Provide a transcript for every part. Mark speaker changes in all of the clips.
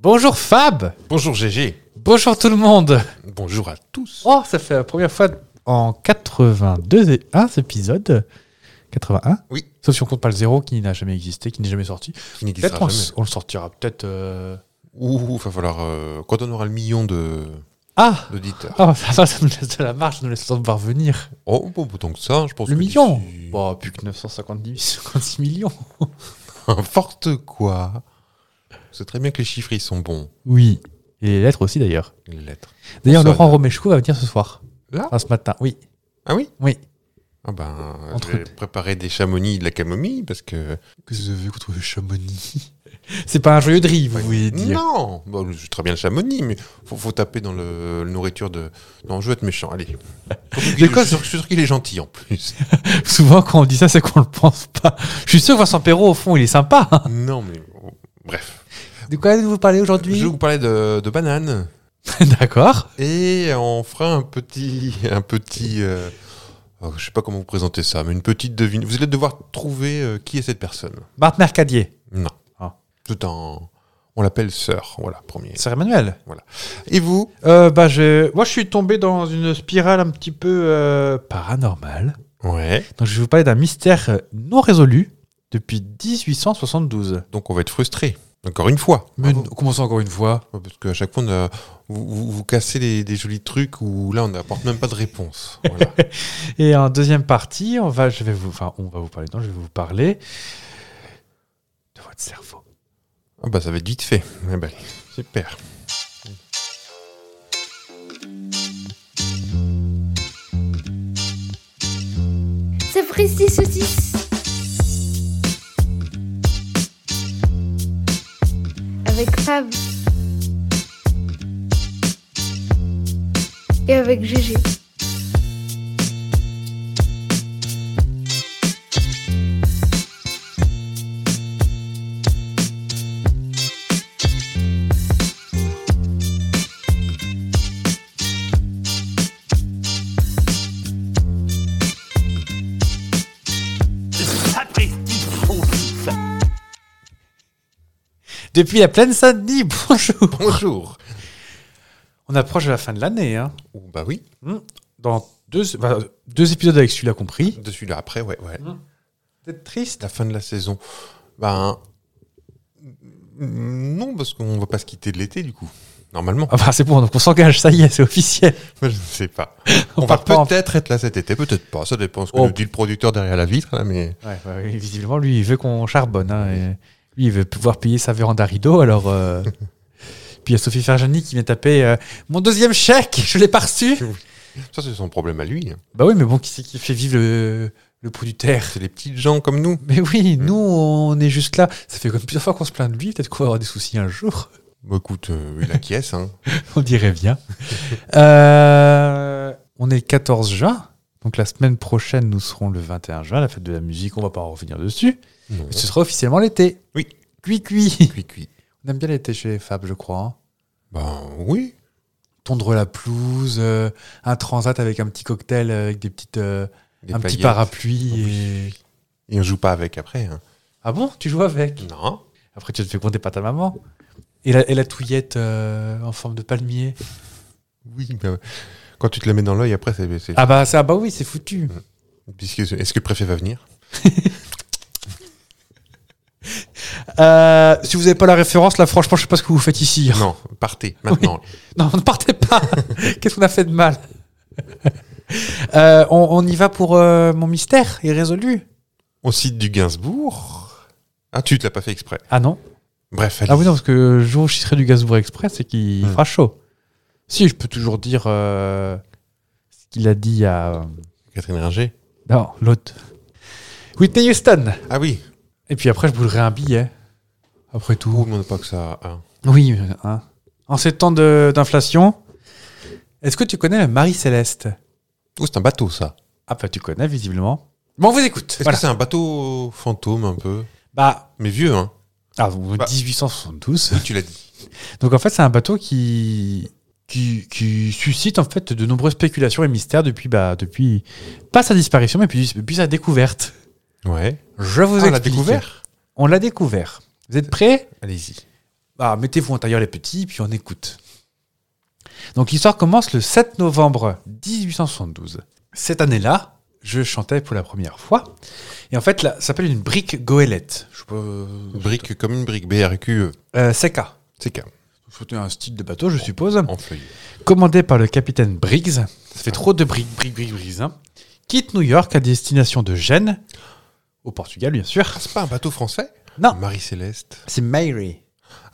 Speaker 1: Bonjour Fab
Speaker 2: Bonjour GG.
Speaker 1: Bonjour tout le monde
Speaker 2: Bonjour à tous.
Speaker 1: Oh, ça fait la première fois en 82 et 1 épisode. 81
Speaker 2: Oui.
Speaker 1: Sauf si on compte pas le zéro qui n'a jamais existé, qui n'est jamais sorti.
Speaker 2: Qui n'existera
Speaker 1: Peut-être on,
Speaker 2: jamais.
Speaker 1: s- on le sortira peut-être. euh,
Speaker 2: Ouh, va falloir. euh, quand on aura le million de
Speaker 1: Ah
Speaker 2: d'auditeurs.
Speaker 1: Ah, ça va, ça nous laisse de la marge, ça nous laisse le temps de voir venir.
Speaker 2: Oh, bon, autant que ça, je pense.
Speaker 1: Le
Speaker 2: que
Speaker 1: million
Speaker 2: d'ici-
Speaker 1: Bon, plus que 950 56 millions.
Speaker 2: N'importe quoi. C'est très bien que les chiffres, ils sont bons.
Speaker 1: Oui. Et les lettres aussi d'ailleurs.
Speaker 2: Les lettres.
Speaker 1: D'ailleurs,
Speaker 2: Consonne.
Speaker 1: Laurent Romeshko va venir ce soir.
Speaker 2: Là
Speaker 1: Enfin, ce matin, oui.
Speaker 2: Ah oui
Speaker 1: Oui.
Speaker 2: Ah ben,
Speaker 1: Entre-
Speaker 2: je vais préparer des chamonix et de la camomille parce que.
Speaker 1: Que vous avez contre le Chamonix C'est pas un joyeux de riz, vous voulez dire
Speaker 2: Non bon, Je suis très bien le chamonix, mais faut, faut taper dans le, la nourriture de. Non, je veux être méchant, allez. Surtout qu'il-
Speaker 1: quoi,
Speaker 2: je suis sûr- je suis sûr qu'il est gentil en plus.
Speaker 1: Souvent, quand on dit ça, c'est qu'on le pense pas. Je suis sûr que Vincent Perrault, au fond, il est sympa. hein.
Speaker 2: non, mais. oh, Bref.
Speaker 1: De quoi allez-vous parler
Speaker 2: Je vais
Speaker 1: aujourd'hui
Speaker 2: vous parler de, de bananes.
Speaker 1: D'accord.
Speaker 2: Et on fera un petit, un petit, euh, oh, je sais pas comment vous présenter ça, mais une petite devine. Vous allez devoir trouver euh, qui est cette personne.
Speaker 1: Marthe Mercadier.
Speaker 2: Non.
Speaker 1: Ah.
Speaker 2: Tout en, on l'appelle sœur, voilà premier.
Speaker 1: Sœur Emmanuel.
Speaker 2: Et vous
Speaker 1: Euh, bah, je... Moi, je suis tombé dans une spirale un petit peu euh, paranormale.
Speaker 2: Ouais.
Speaker 1: Donc, je vais vous parler d'un mystère euh, non résolu depuis 1872.
Speaker 2: Donc on va être frustré. Encore une fois.
Speaker 1: Mais
Speaker 2: Bravo.
Speaker 1: comment ça, encore une fois
Speaker 2: Parce qu'à chaque fois, on a- vous, vous, vous cassez les- des jolis trucs où là, on n'apporte même pas de réponse. Voilà.
Speaker 1: Et en deuxième partie, on va, je vais vous, enfin, on va vous parler. Non, je vais vous parler de votre cerveau.
Speaker 2: Ah bah ça va être vite fait. Eh ben, super.
Speaker 3: Ça précise saucisse. Avec Fab. Et avec GG.
Speaker 1: Depuis la plaine Saint-Denis, bonjour.
Speaker 2: Bonjour.
Speaker 1: On approche de la fin de l'année, hein.
Speaker 2: Ouh, bah oui,
Speaker 1: Dans deux, bah, deux épisodes avec celui-là compris.
Speaker 2: de celui-là après, ouais, ouais.
Speaker 1: C'est triste.
Speaker 2: la fin de la saison Ben non, parce qu'on va pas se quitter de l'été du coup. Normalement,
Speaker 1: Ah bah, c'est bon, donc on s'engage, ça y est, c'est officiel.
Speaker 2: je ne sais pas.
Speaker 1: On
Speaker 2: On, va
Speaker 1: part pas en-
Speaker 2: peut-être être là cet été, peut-être pas. Ça dépend ce que
Speaker 1: Oh.
Speaker 2: nous dit le producteur derrière la vitre, là, mais
Speaker 1: Ouais, bah oui, visiblement, lui, il veut qu'on charbonne. hein, et lui, il veut pouvoir payer sa véranda rideau, alors. euh, Puis il y a Sophie Ferjani qui vient taper euh, Mon deuxième chèque, je l'ai pas reçu.
Speaker 2: ça c'est son problème à lui. hein.
Speaker 1: Bah oui, mais bon, qui c'est qui fait vivre le, le pouls du terre
Speaker 2: C'est les petites gens comme nous.
Speaker 1: Mais oui,
Speaker 2: Hmm.
Speaker 1: nous, on est juste là. Ça fait comme plusieurs fois qu'on se plaint de lui. Peut-être qu'on va avoir des soucis un jour.
Speaker 2: Bah, écoute, euh, il acquiesce. Hein.
Speaker 1: On dirait bien. Euh, on est le 14 juin. Donc la semaine prochaine, nous serons le 21 juin, la fête de la musique. On va pas en revenir dessus.
Speaker 2: Non.
Speaker 1: Mais ce sera officiellement l'été.
Speaker 2: Oui.
Speaker 1: Cuit, cuit.
Speaker 2: Cuit, cuit.
Speaker 1: On aime bien l'été chez Fab, je crois. hein.
Speaker 2: Ben oui.
Speaker 1: Tondre la pelouse, euh, un transat avec un petit cocktail, euh, avec des petites, euh,
Speaker 2: des
Speaker 1: un petit
Speaker 2: paillettes.
Speaker 1: parapluie. et-
Speaker 2: Et on joue pas avec après. hein.
Speaker 1: Ah bon, tu joues avec
Speaker 2: Non.
Speaker 1: Après, tu te fais compter par ta maman. Et la, et la touillette euh, en forme de palmier.
Speaker 2: Oui. ben, quand tu te la mets dans l'œil, après c'est. c'est-
Speaker 1: Ah bah, ça, bah oui, c'est foutu.
Speaker 2: Puisque- Est-ce que le préfet va venir
Speaker 1: Euh, si vous n'avez pas la référence, là, franchement, je sais pas ce que vous faites ici.
Speaker 2: Non. Partez maintenant.
Speaker 1: Non, ne partez pas. Qu'est-ce qu'on a fait de mal Euh, on, on y va pour euh, mon mystère irrésolu.
Speaker 2: On cite du Gainsbourg. Ah, tu te l'as pas fait exprès.
Speaker 1: Ah non
Speaker 2: Bref, allez.
Speaker 1: Ah oui, non, parce que le jour où je serai du Gazbourg Express, c'est qu'il
Speaker 2: Hmm.
Speaker 1: fera chaud. Si, je peux toujours dire euh, ce qu'il a dit à. euh,
Speaker 2: Catherine Ringer.
Speaker 1: Non, l'autre. Whitney Houston.
Speaker 2: Ah oui.
Speaker 1: Et puis après, je boulerai un billet. Après tout.
Speaker 2: Ouh, mais on n'a pas que ça. hein.
Speaker 1: Oui, mais, hein. en ces temps de- d'inflation, est-ce que tu connais la Marie-Céleste
Speaker 2: Ouh, Oh, c'est un bateau, ça.
Speaker 1: Ah bah tu connais visiblement. Bon, on vous écoute.
Speaker 2: Est-ce
Speaker 1: Voilà.
Speaker 2: que c'est un bateau fantôme, un peu
Speaker 1: Bah,
Speaker 2: Mais vieux, hein
Speaker 1: ah, bon,
Speaker 2: Bah.
Speaker 1: 1872.
Speaker 2: Oui, Tu l'as dit.
Speaker 1: Donc en fait, c'est un bateau qui, qui qui suscite en fait de nombreuses spéculations et mystères depuis bah depuis pas sa disparition mais depuis, depuis sa découverte.
Speaker 2: Ouais.
Speaker 1: Je vous
Speaker 2: Ah, on l'a
Speaker 1: explique.
Speaker 2: découvert
Speaker 1: On l'a découvert. Vous êtes prêts
Speaker 2: Allez-y.
Speaker 1: bah, mettez-vous en tailleur les petits, puis on écoute. Donc l'histoire commence le 7 novembre 1872. Cette année-là, je chantais pour la première fois. Et en fait, là, ça s'appelle une brique goélette. Je sais pas, euh,
Speaker 2: Brique comme une brique, BRQE.
Speaker 1: euh, CK.
Speaker 2: E. C'est calme,
Speaker 1: C'était un style de bateau, je suppose.
Speaker 2: en feuillet.
Speaker 1: Commandé par le capitaine Briggs. Ça fait trop de briques, briques, briques, briques. hein. Quitte New York à destination de Gênes, au Portugal, bien sûr.
Speaker 2: Ah, c'est pas un bateau français
Speaker 1: Non.
Speaker 2: Marie-Céleste.
Speaker 1: C'est Mary.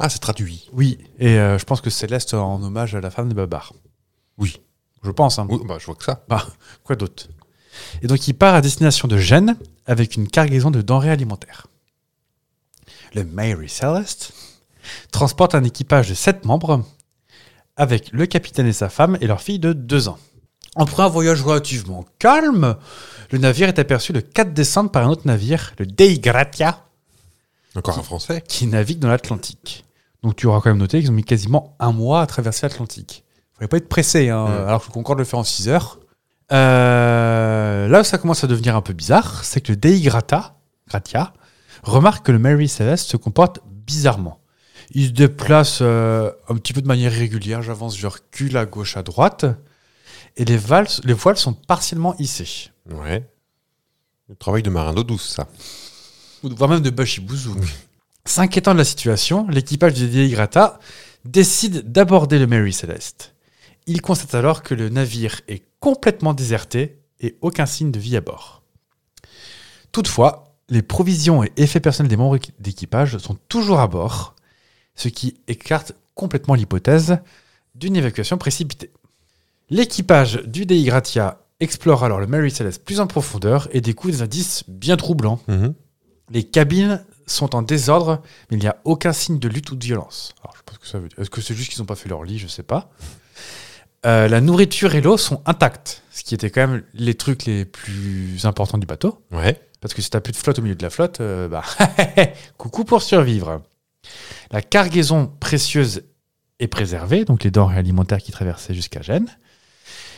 Speaker 2: Ah, c'est traduit.
Speaker 1: Oui, et euh, je pense que Céleste en hommage à la femme des barbares.
Speaker 2: Oui.
Speaker 1: Je pense. hein.
Speaker 2: Oui, bah, je vois que ça.
Speaker 1: Bah, quoi d'autre Et donc il part à destination de Gênes avec une cargaison de denrées alimentaires. Le Mary Celeste transporte un équipage de 7 membres avec le capitaine et sa femme et leur fille de 2 ans. Après un voyage relativement calme, le navire est aperçu le 4 décembre par un autre navire, le Dei Gratia,
Speaker 2: Encore un français
Speaker 1: qui navigue dans l'Atlantique. Donc tu auras quand même noté qu'ils ont mis quasiment un mois à traverser l'Atlantique. Il ne fallait pas être pressé, hein,
Speaker 2: Mm.
Speaker 1: alors que le Concorde le fait en 6 heures. Euh, là où ça commence à devenir un peu bizarre, c'est que le Dei Grata, Gratia remarque que le Mary Celeste se comporte bizarrement. Il se déplace euh, un petit peu de manière irrégulière, j'avance, je recule à gauche, à droite, et les, vales- les voiles sont partiellement hissées,
Speaker 2: Ouais. Le travail de marin d'eau douce, ça.
Speaker 1: ou- voire même de Bashibouzou. S'inquiétant de la situation, l'équipage du Dei Grata décide d'aborder le Mary Celeste. Il constate alors que le navire est complètement déserté et aucun signe de vie à bord. Toutefois, les provisions et effets personnels des membres d'équipage sont toujours à bord, ce qui écarte complètement l'hypothèse d'une évacuation précipitée. L'équipage du Dei Gratia explore alors le Mary Celeste plus en profondeur et découvre des indices bien troublants. Les cabines sont en désordre, mais il n'y a aucun signe de lutte ou de violence. Alors, je sais pas ce que ça veut dire. Est-ce que c'est juste qu'ils n'ont pas fait leur lit Je sais pas. Euh, la nourriture et l'eau sont intactes, ce qui était quand même les trucs les plus importants du bateau.
Speaker 2: Ouais.
Speaker 1: Parce que si t'as plus de flotte au milieu de la flotte, euh, bah, coucou pour survivre. La cargaison précieuse est préservée, donc les denrées alimentaires qui traversaient jusqu'à Gênes.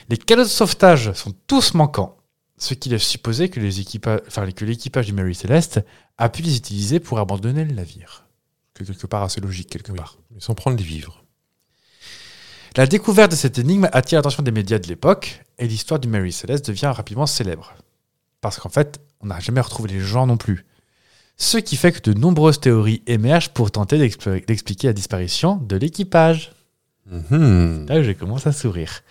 Speaker 1: Les canots de sauvetage sont tous manquants, ce qui laisse supposer que les équipa- enfin, que l'équipage du Mary Celeste a pu les utiliser pour abandonner le navire. Que quelque part assez logique, quelque part.
Speaker 2: Mais sans prendre les vivres.
Speaker 1: La découverte de cette énigme attire l'attention des médias de l'époque et l'histoire du Mary Celeste devient rapidement célèbre. Parce qu'en fait, on n'a jamais retrouvé les gens non plus. Ce qui fait que de nombreuses théories émergent pour tenter d'expli- d'expliquer la disparition de l'équipage.
Speaker 2: Mhm.
Speaker 1: Là, j'ai commencé à sourire.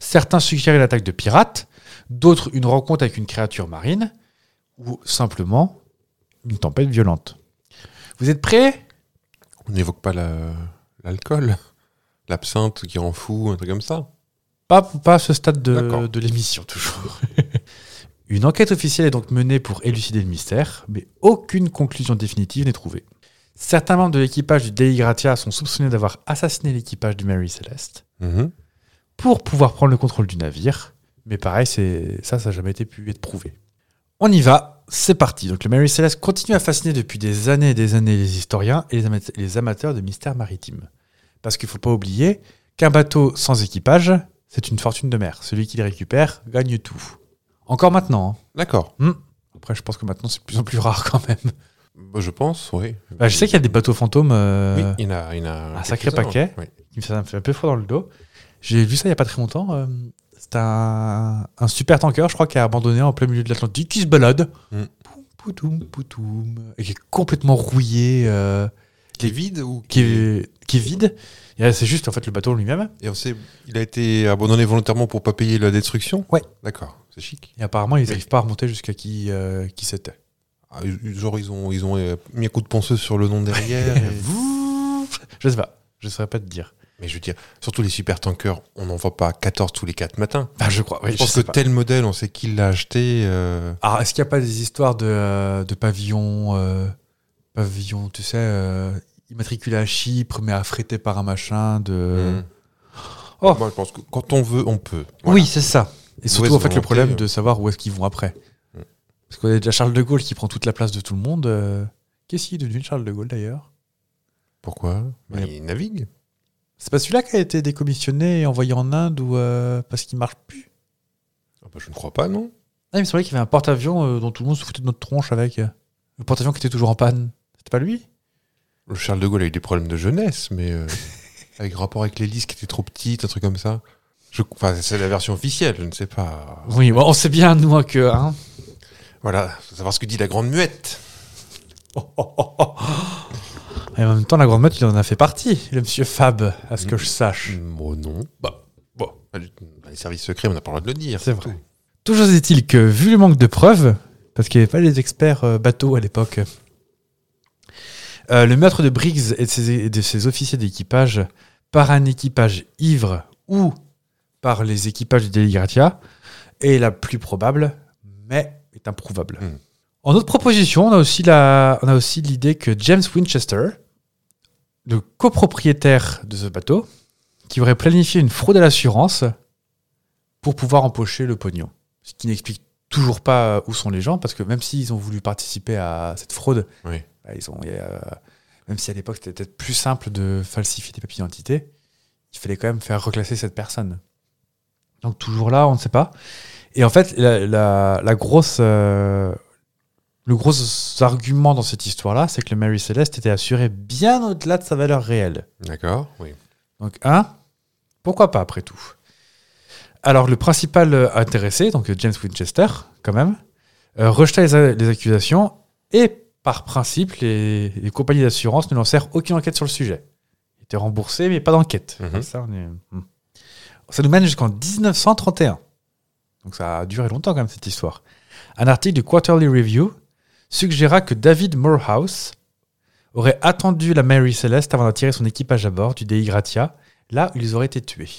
Speaker 1: Certains suggéraient l'attaque de pirates, d'autres une rencontre avec une créature marine, ou simplement une tempête violente. Vous êtes prêts
Speaker 2: On n'évoque pas la- l'alcool. L'absinthe qui rend fou, un truc comme ça.
Speaker 1: Pas, pas à ce stade de,
Speaker 2: D'accord.
Speaker 1: de l'émission, toujours. Une enquête officielle est donc menée pour élucider le mystère, mais aucune conclusion définitive n'est trouvée. Certains membres de l'équipage du Dei Gratia sont soupçonnés d'avoir assassiné l'équipage du Mary Celeste
Speaker 2: Mhm.
Speaker 1: pour pouvoir prendre le contrôle du navire, mais pareil, c'est ça, ça n'a jamais été pu être prouvé. On y va, c'est parti. Donc le Mary Celeste continue à fasciner depuis des années et des années les historiens et les, amat- les amateurs de mystères maritimes. Parce qu'il ne faut pas oublier qu'un bateau sans équipage, c'est une fortune de mer. Celui qui les récupère gagne tout. Encore maintenant. hein.
Speaker 2: D'accord.
Speaker 1: Après, je pense que maintenant, c'est de plus en plus rare quand même.
Speaker 2: Bah, je pense, oui.
Speaker 1: Bah, je sais qu'il y a des bateaux fantômes.
Speaker 2: Oui,
Speaker 1: euh,
Speaker 2: il y en a, il y en a
Speaker 1: un sacré
Speaker 2: quelques-uns.
Speaker 1: paquet.
Speaker 2: Oui.
Speaker 1: qui me- ça me fait un peu froid dans le dos. J'ai vu ça il n'y a pas très longtemps. euh, C'est un, un super tanker, je crois, qui a abandonné en plein milieu de l'Atlantique, qui se balade.
Speaker 2: Mm.
Speaker 1: Poum, Poutoum, poutoum. Et qui est complètement rouillé, euh,
Speaker 2: Qui est vide ou
Speaker 1: qui, est, qui est vide. Et là, C'est juste, en fait, le bateau lui-même.
Speaker 2: Et on sait, il a été abandonné volontairement pour pas payer la destruction
Speaker 1: Ouais.
Speaker 2: D'accord, c'est chic.
Speaker 1: Et apparemment, ils
Speaker 2: Mais-
Speaker 1: n'arrivent pas à remonter jusqu'à qui, euh, qui c'était.
Speaker 2: Ah, ils- genre, ils ont, ils ont euh, mis un coup de ponceuse sur le nom derrière. et-
Speaker 1: Je sais pas. Je ne saurais pas te dire.
Speaker 2: Mais je veux dire, surtout les super tankers, on n'en voit pas 14 tous les 4 matins.
Speaker 1: Bah, je crois. oui,
Speaker 2: je pense
Speaker 1: sais
Speaker 2: que
Speaker 1: pas.
Speaker 2: tel modèle, on sait qui l'a acheté. euh,
Speaker 1: Alors, Ah, est-ce qu'il n'y a pas des histoires de, euh, de pavillons, euh, pavillons, tu sais, euh, immatriculés à Chypre, mais affrétés par un machin de...
Speaker 2: hmm.
Speaker 1: Oh.
Speaker 2: Moi, je pense que quand on veut, on peut. Voilà.
Speaker 1: Oui, c'est ça. Et surtout, en
Speaker 2: Mauvaise
Speaker 1: fait, le
Speaker 2: volonté,
Speaker 1: problème
Speaker 2: euh.
Speaker 1: de savoir où est-ce qu'ils vont après.
Speaker 2: Mm.
Speaker 1: Parce qu'on a déjà Charles de Gaulle qui prend toute la place de tout le monde. euh, Qu'est-ce qu'il est devenu de Charles de Gaulle, d'ailleurs
Speaker 2: Pourquoi Bah,
Speaker 1: Ouais.
Speaker 2: Il navigue.
Speaker 1: C'est pas celui-là qui a été décommissionné et envoyé en Inde ou euh, parce qu'il marche plus
Speaker 2: Ah bah, je ne crois pas, non
Speaker 1: Ah, il me semblait qu'il y avait un euh, porte-avions euh, dont tout le monde se foutait de notre tronche avec. Le porte-avions qui était toujours en panne. C'était pas lui
Speaker 2: Le Charles de Gaulle a eu des problèmes de jeunesse, mais euh, avec rapport avec l'hélice qui était trop petite, un truc comme ça. Je- Enfin, c'est la version officielle, je ne sais pas.
Speaker 1: Oui, bon, on sait bien, nous, hein, que. hein.
Speaker 2: Voilà, faut savoir ce que dit la grande muette.
Speaker 1: Et en même temps, la grande meute, il en a fait partie, le monsieur Fab, à ce que je sache.
Speaker 2: Moi non. Bah, bon, dans les services secrets, on n'a pas le droit de le dire.
Speaker 1: C'est vrai. Toujours est-il que, vu le manque de preuves, parce qu'il n'y avait pas les experts euh, bateaux à l'époque, euh, le maître de Briggs et de ses, et de ses officiers d'équipage, par un équipage ivre ou par les équipages du Deligratia, est la plus probable, mais est improuvable.
Speaker 2: Hmm.
Speaker 1: En autre proposition, on a aussi la- on a aussi l'idée que James Winchester, le copropriétaire de ce bateau, qui aurait planifié une fraude à l'assurance pour pouvoir empocher le pognon. Ce qui n'explique toujours pas euh, où sont les gens, parce que même s'ils ont voulu participer à cette fraude,
Speaker 2: Oui.
Speaker 1: bah, ils ont, euh, même si à l'époque c'était peut-être plus simple de falsifier des papiers d'identité, il fallait quand même faire reclasser cette personne. Donc toujours là, on ne sait pas. Et en fait, la, la- la grosse, euh, le gros argument dans cette histoire-là, c'est que le Mary Céleste était assuré bien au-delà de sa valeur réelle.
Speaker 2: D'accord, oui.
Speaker 1: Donc, un, pourquoi pas après tout Alors, le principal euh, intéressé, donc euh, James Winchester, quand même, euh, rejeta les, a- les accusations et, par principe, les, les compagnies d'assurance ne lancèrent aucune enquête sur le sujet. Il était remboursé, mais pas d'enquête.
Speaker 2: Mhm.
Speaker 1: Comme Ça, on est- hmm. Ça nous mène jusqu'en 1931. Donc, ça a duré longtemps, quand même, cette histoire. Un article du Quarterly Review suggéra que David Morehouse aurait attendu la Mary Celeste avant d'attirer son équipage à bord du Dei Gratia, là où ils auraient été tués.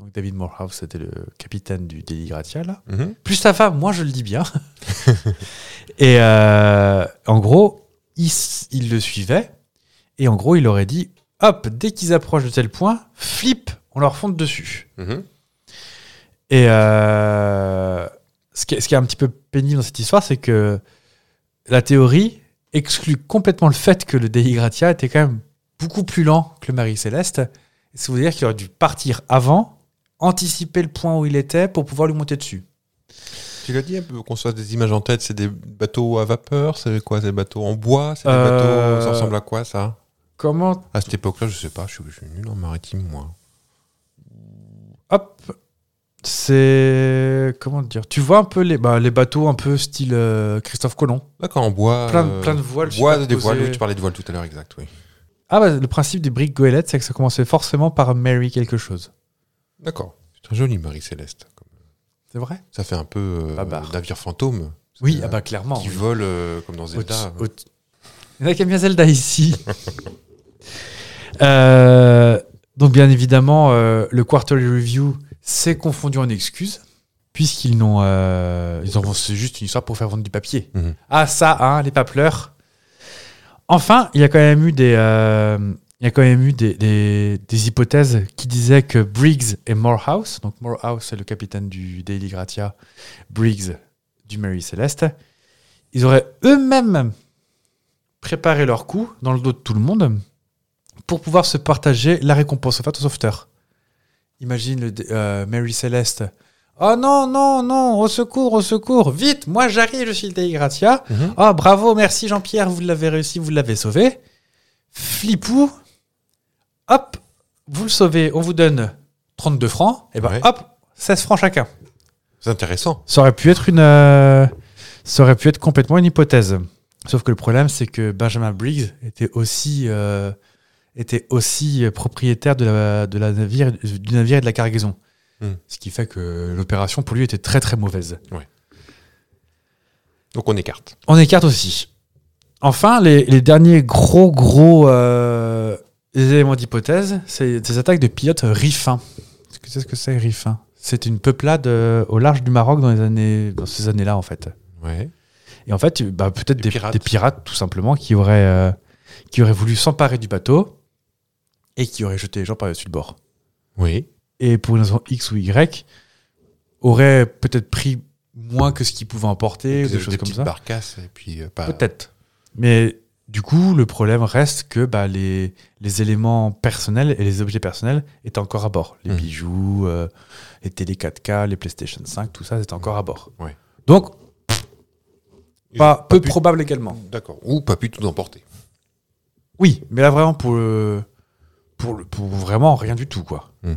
Speaker 1: Donc David Morehouse, c'était le capitaine du Dei Gratia, là.
Speaker 2: Mhm.
Speaker 1: Plus ça va, moi je le dis bien. et euh, en gros, il, s- il le suivait, et en gros, il aurait dit hop, dès qu'ils approchent de tel point, flip, on leur fonde dessus.
Speaker 2: Mhm.
Speaker 1: Et euh, ce, qui est, ce qui est un petit peu pénible dans cette histoire, c'est que la théorie exclut complètement le fait que le Dei Gratia était quand même beaucoup plus lent que le Marie Céleste. Ce qui veut dire qu'il aurait dû partir avant, anticiper le point où il était pour pouvoir lui monter dessus.
Speaker 2: Tu l'as dit, un peu, qu'on se fasse des images en tête, c'est des bateaux à vapeur, c'est quoi C'est des bateaux en bois C'est des
Speaker 1: Euh,
Speaker 2: bateaux. Ça ressemble à quoi ça
Speaker 1: Comment
Speaker 2: À cette époque-là, je sais pas, je suis, je suis nul en maritime, moi.
Speaker 1: Hop c'est comment dire Tu vois un peu les, bah, les bateaux un peu style euh, Christophe Colomb,
Speaker 2: D'accord, en bois.
Speaker 1: plein,
Speaker 2: euh,
Speaker 1: plein de voiles.
Speaker 2: Bois, des
Speaker 1: superposées.
Speaker 2: voiles, oui, tu parlais de voiles tout à l'heure, exact, oui.
Speaker 1: Ah bah, le principe des briques goélettes, c'est que ça commençait forcément par Mary quelque chose.
Speaker 2: D'accord. C'est un joli Marie-Céleste.
Speaker 1: C'est vrai
Speaker 2: Ça fait un peu euh,
Speaker 1: Babar.
Speaker 2: navire fantôme.
Speaker 1: Oui,
Speaker 2: C'est,
Speaker 1: ah bah clairement.
Speaker 2: Qui
Speaker 1: oui.
Speaker 2: vole euh, comme dans Zelda.
Speaker 1: Au- au- Il y en a qui aiment bien Zelda ici. Euh, donc, bien évidemment, euh, le Quarterly Review s'est confondu en excuses, puisqu'ils n'ont. euh, ils en font- c'est juste une histoire pour faire vendre du papier.
Speaker 2: Mhm.
Speaker 1: Ah, ça, hein, les papleurs. Enfin, il y a quand même eu des. euh, il y a quand même eu des, des- des hypothèses qui disaient que Briggs et Morehouse, donc Morehouse c'est le capitaine du Daily Gratia, Briggs du Mary Celeste, ils auraient eux-mêmes préparé leur coup dans le dos de tout le monde pour pouvoir se partager la récompense offerte aux sauveteurs. Imagine le, dé- euh, Mary Celeste. Oh non, non, non, au secours, au secours, vite, moi j'arrive, je suis le Dei Gratia.
Speaker 2: Mhm.
Speaker 1: Ah bravo, merci Jean-Pierre, vous l'avez réussi, vous l'avez sauvé. Flipou, hop, vous le sauvez, on vous donne 32 francs, et ben
Speaker 2: Ouais.
Speaker 1: hop, 16 francs chacun.
Speaker 2: C'est intéressant.
Speaker 1: Ça aurait pu être une, euh, ça aurait pu être complètement une hypothèse. Sauf que le problème, c'est que Benjamin Briggs était aussi, euh, était aussi propriétaire de la, de la navire, du navire et de la cargaison.
Speaker 2: Hmm.
Speaker 1: Ce qui fait que l'opération pour lui était très très mauvaise.
Speaker 2: Donc on écarte.
Speaker 1: On écarte aussi. Enfin, les, les derniers gros gros euh, éléments d'hypothèse, c'est des attaques de pilotes riffins. Est-ce que tu sais ce que c'est riffin C'est une peuplade euh, au large du Maroc dans les années, dans ces années-là en fait.
Speaker 2: Ouais.
Speaker 1: Et en fait, euh, bah, peut-être
Speaker 2: Des
Speaker 1: des, des pirates.
Speaker 2: pirates.
Speaker 1: tout simplement, qui auraient, euh, qui auraient voulu s'emparer du bateau et qui auraient jeté les gens par-dessus le bord.
Speaker 2: Oui.
Speaker 1: Et pour une raison X ou Y, auraient peut-être pris moins que ce qu'ils pouvaient emporter, ou des, choses comme
Speaker 2: petites
Speaker 1: ça.
Speaker 2: barcasses et puis euh, pas.
Speaker 1: Peut-être. Mais du coup, le problème reste que bah, les, les éléments personnels et les objets personnels étaient encore à bord. Les
Speaker 2: Mhm.
Speaker 1: bijoux, euh, les télé 4K, les PlayStation 5, tout ça, c'était encore à bord.
Speaker 2: Ouais.
Speaker 1: Donc,
Speaker 2: Ils ont
Speaker 1: pas, peu
Speaker 2: pu-
Speaker 1: probable également.
Speaker 2: D'accord. Ou pas pu tout emporter.
Speaker 1: Oui, mais là vraiment pour le- pour, le- pour vraiment rien du tout quoi.
Speaker 2: Hmm.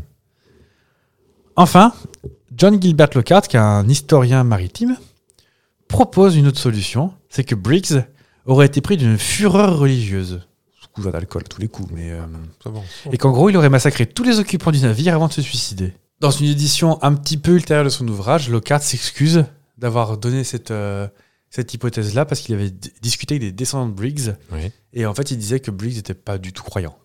Speaker 1: Enfin, John Gilbert Lockhart, qui est un historien maritime, propose une autre solution, c'est que Briggs aurait été pris d'une fureur religieuse, sous couvert d'alcool à tous les coups, mais euh,
Speaker 2: Ça va.
Speaker 1: et qu'en gros il aurait massacré tous les occupants du navire avant de se suicider. Dans une édition un petit peu ultérieure de son ouvrage, Lockhart s'excuse d'avoir donné cette, euh, cette hypothèse-là parce qu'il avait d- discuté avec des descendants de Briggs
Speaker 2: Oui.
Speaker 1: et en fait, il disait que Briggs n'était pas du tout croyant.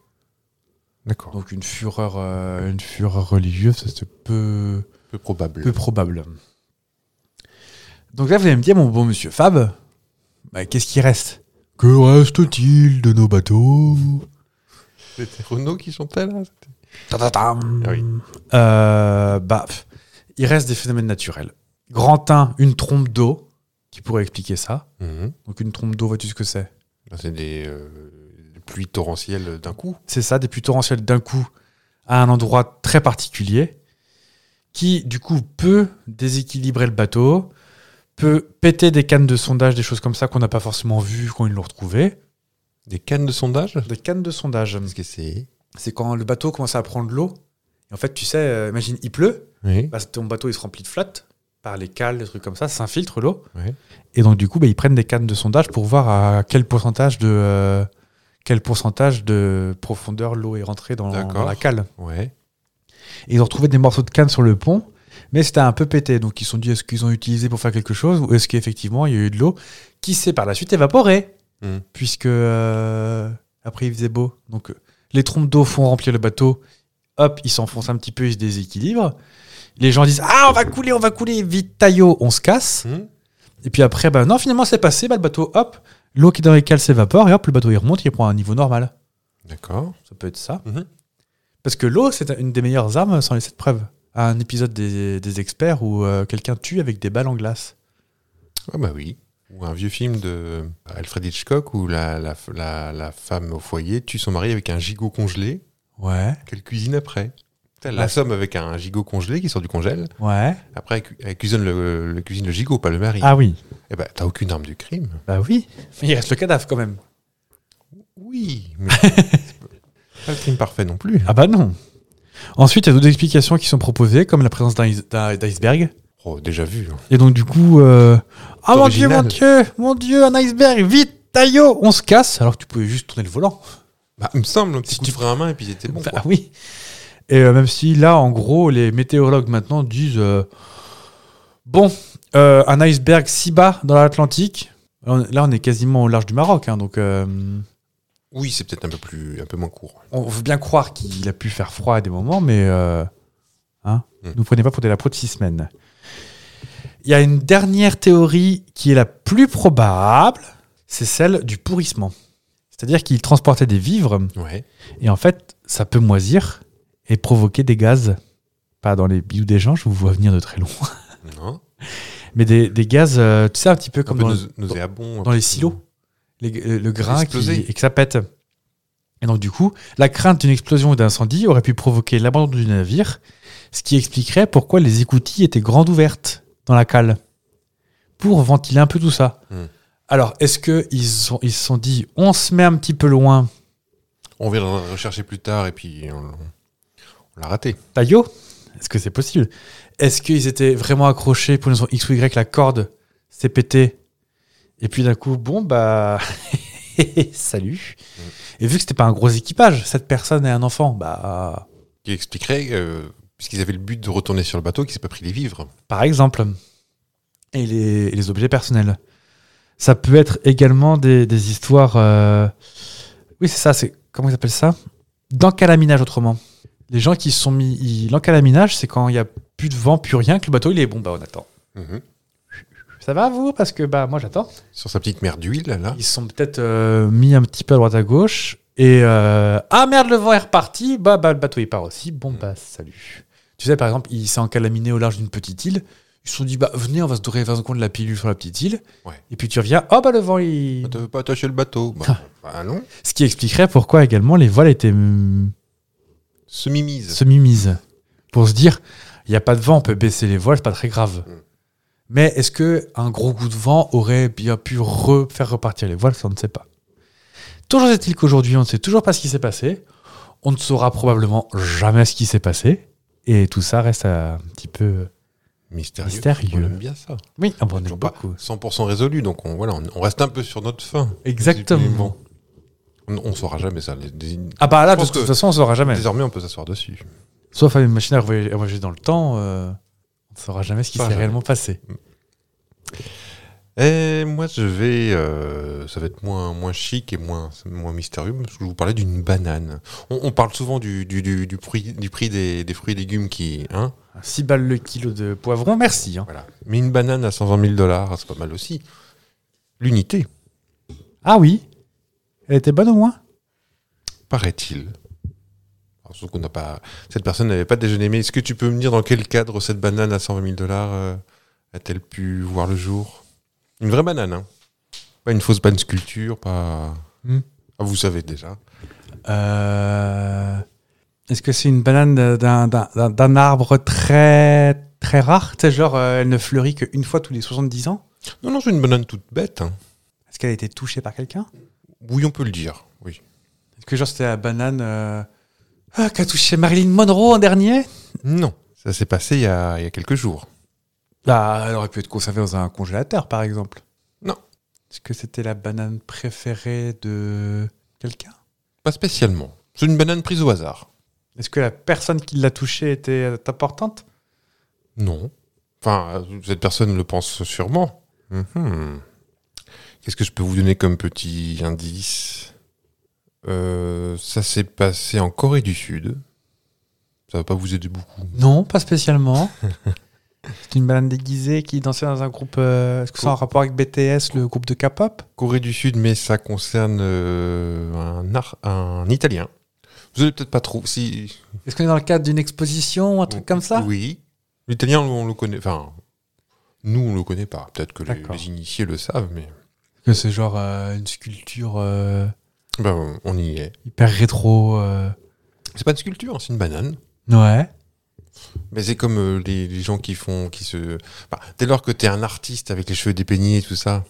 Speaker 2: D'accord.
Speaker 1: Donc une fureur, euh, une fureur religieuse, ça, c'est peu,
Speaker 2: Peu probable.
Speaker 1: peu probable. Donc là, vous allez me dire, mon bon monsieur Fab, bah, qu'est-ce qui reste Que reste-t-il de nos bateaux
Speaker 2: C'était Renault qui chantait là c'était-
Speaker 1: Ta-ta-tam.
Speaker 2: Ah oui.
Speaker 1: Euh, bah, pff, il reste des phénomènes naturels. Grand 1, une trompe d'eau, qui pourrait expliquer ça.
Speaker 2: Mhm.
Speaker 1: Donc une trompe d'eau, vois-tu ce que c'est
Speaker 2: Là, C'est des, euh, des pluies torrentielles d'un coup.
Speaker 1: c'est ça, des pluies torrentielles d'un coup à un endroit très particulier, qui du coup peut déséquilibrer le bateau, peut péter des cannes de sondage, des choses comme ça qu'on n'a pas forcément vues quand ils l'ont retrouvé.
Speaker 2: Des cannes de sondage
Speaker 1: Des cannes de sondage,
Speaker 2: Qu'est-ce que c'est
Speaker 1: c'est quand le bateau commence à prendre l'eau. Et en fait, tu sais, euh, imagine, il pleut,
Speaker 2: Oui.
Speaker 1: bah, ton bateau il se remplit de flotte, par les cales, des trucs comme ça, ça s'infiltre l'eau.
Speaker 2: Ouais.
Speaker 1: Et donc du coup, bah, ils prennent des cannes de sondage pour voir à quel pourcentage de, euh, quel pourcentage de profondeur l'eau est rentrée dans- dans
Speaker 2: D'accord.
Speaker 1: la cale.
Speaker 2: Ouais.
Speaker 1: Et ils ont retrouvé des morceaux de canne sur le pont, mais c'était un peu pété. Donc ils se sont dit, est-ce qu'ils ont utilisé pour faire quelque chose ou est-ce qu'effectivement il y a eu de l'eau qui s'est par la suite évaporée
Speaker 2: Hmm.
Speaker 1: Puisque euh, après il faisait beau. Donc euh, les trompes d'eau font remplir le bateau, hop, ils s'enfoncent un petit peu, ils se déséquilibrent. Les gens disent, ah on va couler, on va couler, vite taillot, on se casse.
Speaker 2: Mhm.
Speaker 1: Et puis après, bah, non, finalement c'est passé, bah, le bateau, hop, l'eau qui est dans les cales s'évapore et hop, le bateau il remonte, il prend un niveau normal.
Speaker 2: D'accord.
Speaker 1: Ça peut être ça.
Speaker 2: Mhm.
Speaker 1: Parce que l'eau, c'est une des meilleures armes sans laisser de preuve. À un épisode des, des experts où euh, quelqu'un tue avec des balles en glace.
Speaker 2: Ah bah oui. Ou un vieux film de Alfred Hitchcock où la, la, la, la femme au foyer tue son mari avec un gigot congelé
Speaker 1: Ouais,
Speaker 2: qu'elle cuisine après. Elle
Speaker 1: Ah.
Speaker 2: l'assomme avec un gigot congelé qui sort du congèle.
Speaker 1: ouais.
Speaker 2: Après, elle, cu- elle cuisine le, le- cuisine le gigot, pas le mari.
Speaker 1: Ah oui.
Speaker 2: Eh ben, t'as aucune arme du crime.
Speaker 1: Bah oui. Mais il reste le cadavre quand même.
Speaker 2: Oui, mais c'est pas le crime parfait non plus.
Speaker 1: Ah bah non. Ensuite, il y a d'autres explications qui sont proposées, comme la présence d'un is- d'un- d'iceberg.
Speaker 2: Oh, déjà vu. hein.
Speaker 1: Et donc du coup... euh, Ah mon dieu,
Speaker 2: original.
Speaker 1: mon dieu, mon dieu, un iceberg, vite, taillot, on se casse. Alors que tu pouvais juste tourner le volant.
Speaker 2: Bah, il me semble, un petit
Speaker 1: Si
Speaker 2: coup
Speaker 1: tu-
Speaker 2: de frein à main et puis c'était bon.
Speaker 1: Bah
Speaker 2: quoi.
Speaker 1: oui. Et euh, même si là, en gros, les météorologues maintenant disent euh, bon, euh, un iceberg si bas dans l'Atlantique. on- Là, on est quasiment au large du Maroc, hein, donc euh,
Speaker 2: Oui, c'est peut-être un peu plus, un peu moins court.
Speaker 1: on veut bien croire qu'il a pu faire froid à des moments, mais euh, hein,
Speaker 2: Mm.
Speaker 1: nous prenez pas pour des lapros de six semaines. Il y a une dernière théorie qui est la plus probable, c'est celle du pourrissement. C'est-à-dire qu'il transportait des vivres
Speaker 2: Ouais.
Speaker 1: Et en fait, ça peut moisir et provoquer des gaz. Pas dans les bijoux des gens, je vous vois venir de très loin.
Speaker 2: Non.
Speaker 1: Mais des, des gaz, euh, tu sais, un petit peu
Speaker 2: Comme
Speaker 1: comme dans,
Speaker 2: nauséabond. un
Speaker 1: dans
Speaker 2: peu-
Speaker 1: les silos. les- euh, le grain qui,
Speaker 2: Exploser.
Speaker 1: et que ça pète. Et donc, du coup, la crainte d'une explosion ou d'incendie aurait pu provoquer l'abandon du navire, ce qui expliquerait pourquoi les écoutilles étaient grandes ouvertes dans la cale, pour ventiler un peu tout ça.
Speaker 2: Hmm.
Speaker 1: Alors, est-ce qu'ils ont- ils se sont dit, on se met un petit peu loin
Speaker 2: On viendra le rechercher plus tard et puis on, on l'a raté.
Speaker 1: Taillot Est-ce que c'est possible Est-ce qu'ils étaient vraiment accrochés pour une raison X ou Y La corde s'est pétée. Et puis d'un coup, bon, bah. Salut. Et vu que c'était pas un gros équipage, cette personne et un enfant, bah.
Speaker 2: Qui expliquerait, euh, puisqu'ils avaient le but de retourner sur le bateau, qu'ils s'est pas pris les vivres.
Speaker 1: Par exemple. Et les, et les objets personnels. Ça peut être également des, des histoires. euh, Oui, c'est ça. C'est Comment ils appellent ça D'encalaminage, autrement. Les gens qui se sont mis. ils- L'encalaminage, c'est quand il n'y a plus de vent, plus rien, que le bateau, il est bon, bah on attend.
Speaker 2: Mhm.
Speaker 1: Ça va vous Parce que bah moi j'attends.
Speaker 2: Sur sa petite mer d'huile, là.
Speaker 1: Ils se sont peut-être euh, mis un petit peu à droite à gauche et euh, ah merde le vent est reparti. Bah bah le bateau il part aussi. Bon bah salut. Tu sais par exemple il s'est encalaminé au large d'une petite île. Ils se sont dit bah venez on va se dorer 20 secondes la pilule sur la petite île.
Speaker 2: Ouais.
Speaker 1: Et puis tu reviens oh bah le vent il. Ah.
Speaker 2: Tu veux pas attacher le bateau Bah, bah non.
Speaker 1: Ce qui expliquerait pourquoi également les voiles étaient hum,
Speaker 2: Semi-mise.
Speaker 1: semi-mises pour se dire il y a pas de vent on peut baisser les voiles c'est pas très grave.
Speaker 2: Mm.
Speaker 1: Mais est-ce que un gros coup de vent aurait bien pu re- faire repartir les voiles Ça, on ne sait pas. Toujours est-il qu'aujourd'hui, on ne sait toujours pas ce qui s'est passé. On ne saura probablement jamais ce qui s'est passé. Et tout ça reste un petit peu.
Speaker 2: Mystérieux.
Speaker 1: Mystérieux.
Speaker 2: On aime bien ça.
Speaker 1: Oui, on en est
Speaker 2: Toujours pas
Speaker 1: beaucoup.
Speaker 2: 100% résolu, donc on, voilà, on, on reste un peu sur notre fin.
Speaker 1: Exactement.
Speaker 2: On, on saura jamais ça. les- des-
Speaker 1: Ah bah là,
Speaker 2: Je
Speaker 1: de
Speaker 2: pense
Speaker 1: toute
Speaker 2: que-
Speaker 1: façon, on saura jamais.
Speaker 2: Désormais, on peut s'asseoir dessus.
Speaker 1: Sauf à une machine à voyager, à voyager dans le temps, euh, on ne saura jamais ce qui
Speaker 2: Pas
Speaker 1: s'est
Speaker 2: jamais.
Speaker 1: réellement passé.
Speaker 2: Et moi, je vais. euh, ça va être moins, moins chic et moins, moins mystérieux. Parce que je vous parlais d'une banane. On, on parle souvent du, du, du, du prix, du prix des, des fruits et légumes qui. Hein,
Speaker 1: 6 balles le kilo de poivron, merci. hein.
Speaker 2: voilà. Mais une banane à 120 000 dollars, c'est pas mal aussi. L'unité,
Speaker 1: Ah oui Elle était bonne au moins
Speaker 2: paraît-il. Alors, Sauf qu'on n'a pas. Cette personne n'avait pas déjeuné. Mais est-ce que tu peux me dire dans quel cadre cette banane à 120 000 dollars euh, a-t-elle pu voir le jour Une vraie banane, hein Pas une fausse banane sculpture, pas.
Speaker 1: Hmm.
Speaker 2: Ah, vous savez déjà.
Speaker 1: Euh, Est-ce que c'est une banane d'un- d'un d'un- d'un arbre très très rare Tu sais, genre, euh, elle ne fleurit qu'une fois tous les 70 ans
Speaker 2: Non, non, c'est une banane toute bête. hein.
Speaker 1: Est-ce qu'elle a été touchée par quelqu'un
Speaker 2: Oui, on peut le dire. Oui.
Speaker 1: Est-ce que genre c'était la banane euh, ah, qu'a touché Marilyn Monroe en dernier
Speaker 2: Non, ça s'est passé il y, a, il y a quelques jours.
Speaker 1: Bah, elle aurait pu être conservée dans un congélateur, par exemple.
Speaker 2: Non.
Speaker 1: Est-ce que c'était la banane préférée de quelqu'un
Speaker 2: Pas spécialement. C'est une banane prise au hasard.
Speaker 1: Est-ce que la personne qui l'a touchée était euh, importante
Speaker 2: Non. Enfin, euh, cette personne le pense sûrement. Mhm. Qu'est-ce que je peux vous donner comme petit indice Euh, Ça s'est passé en Corée du Sud. Ça va pas vous aider beaucoup.
Speaker 1: Non, pas spécialement. c'est une banane déguisée qui dansait dans un groupe. euh, Est-ce que c'est en rapport avec BTS, le groupe de K-pop
Speaker 2: Corée du Sud, mais ça concerne euh, un, ar- un Italien. Vous allez peut-être pas trop. Si,
Speaker 1: Est-ce qu'on est dans le cadre d'une exposition ou un truc comme ça
Speaker 2: Oui. L'italien, on le connaît. Enfin, nous, on le connaît pas. Peut-être que les,
Speaker 1: D'accord.
Speaker 2: les initiés le savent, mais
Speaker 1: Est-ce Que c'est genre euh, une sculpture euh,
Speaker 2: ben, on y est.
Speaker 1: hyper rétro. euh,
Speaker 2: C'est pas une sculpture, hein, c'est une banane.
Speaker 1: Ouais.
Speaker 2: Mais c'est comme euh, les, les gens qui font, qui se. Enfin, dès lors que t'es un artiste avec les cheveux dépeignés et tout ça,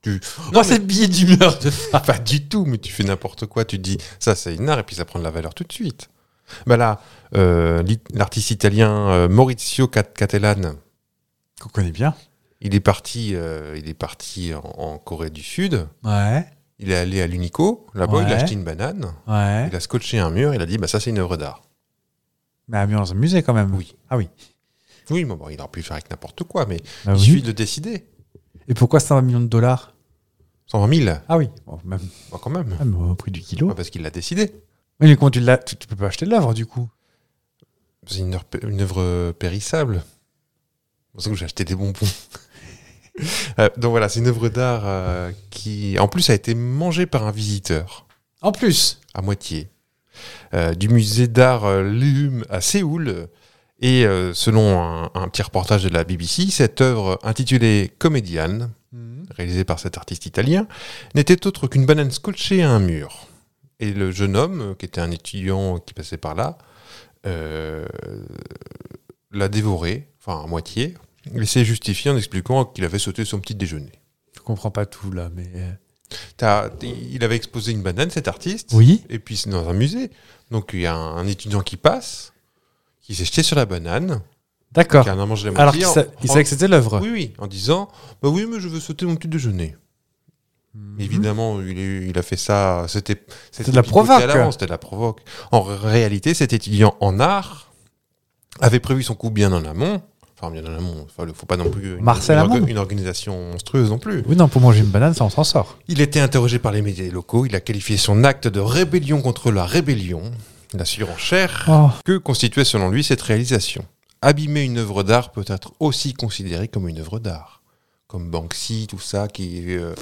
Speaker 2: tu.
Speaker 1: Non, c'est le billet d'humeur de ça.
Speaker 2: pas du tout, mais tu fais n'importe quoi. Tu te dis ça, c'est une art, et puis ça prend de la valeur tout de suite. Bah là, euh, l'it- l'artiste italien euh, Maurizio Cat- Cattelan,
Speaker 1: Qu'on connaît bien.
Speaker 2: il est parti, euh, il est parti en- en Corée du Sud.
Speaker 1: Ouais.
Speaker 2: Il est allé à l'Unico, là-bas, il
Speaker 1: Ouais.
Speaker 2: a acheté une banane,
Speaker 1: Ouais.
Speaker 2: il a scotché un mur, il a dit bah ça c'est une œuvre d'art.
Speaker 1: Mais un mur dans un musée quand même.
Speaker 2: Oui.
Speaker 1: Ah oui.
Speaker 2: Oui, mais bon, il aurait pu le faire avec n'importe quoi, mais
Speaker 1: Bah
Speaker 2: il
Speaker 1: oui.
Speaker 2: suffit de décider.
Speaker 1: Et pourquoi c'est un million de dollars
Speaker 2: 120 000,
Speaker 1: Ah oui, Bon, même,
Speaker 2: bah, quand même.
Speaker 1: même au prix du kilo.
Speaker 2: Pas parce qu'il l'a décidé.
Speaker 1: Oui, Ah bah. mais comment tu l'as Tu tu peux pas acheter de l'œuvre du coup.
Speaker 2: C'est une, œuvre pé- une œuvre périssable. C'est pour ça que j'ai acheté des bonbons. Euh, donc voilà, c'est une œuvre d'art euh, qui, en plus, a été mangée par un visiteur,
Speaker 1: En plus,
Speaker 2: à moitié, euh, du musée d'art euh, Leum à Séoul. Et euh, selon un- un petit reportage de la BBC, cette œuvre intitulée Comédiane
Speaker 1: Hmm.
Speaker 2: réalisé par cet artiste italien, n'était autre qu'une banane scotchée à un mur. Et le jeune homme, euh, qui était un étudiant qui passait par là, euh, l'a dévoré, enfin à moitié, et s'est justifié en expliquant qu'il avait sauté son petit déjeuner.
Speaker 1: je comprends pas tout là, mais euh,
Speaker 2: T'as- il avait exposé une banane, cet artiste,
Speaker 1: oui.
Speaker 2: et puis c'est dans un musée. Donc il y a un, un étudiant qui passe, qui s'est jeté sur la banane,
Speaker 1: D'accord.
Speaker 2: qui en a mangé la moitié.
Speaker 1: Ah. Alors qu'il sa- il
Speaker 2: en-
Speaker 1: savait que c'était l'œuvre.
Speaker 2: oui, oui, en disant Bah oui, mais je veux sauter mon petit déjeuner.
Speaker 1: Mhm.
Speaker 2: Évidemment, il, est- il a fait ça. C'était
Speaker 1: C'était de la
Speaker 2: pipoté
Speaker 1: provoque.
Speaker 2: à l'avance, C'était de la provoque. En réalité, cet étudiant en art avait prévu son coup bien en amont. Enfin, bien en amont. Il ne faut pas non plus une,
Speaker 1: Marcel
Speaker 2: une orga-
Speaker 1: Amand.
Speaker 2: une organisation monstrueuse non plus.
Speaker 1: Oui, non, pour manger une banane, ça on s'en sort.
Speaker 2: Il était interrogé par les médias locaux. Il a qualifié son acte de rébellion contre la rébellion, la surenchère.
Speaker 1: Oh.
Speaker 2: Que constituait selon lui cette réalisation Abîmer une œuvre d'art peut être aussi considéré comme une œuvre d'art. Comme Banksy, tout ça, qui, euh,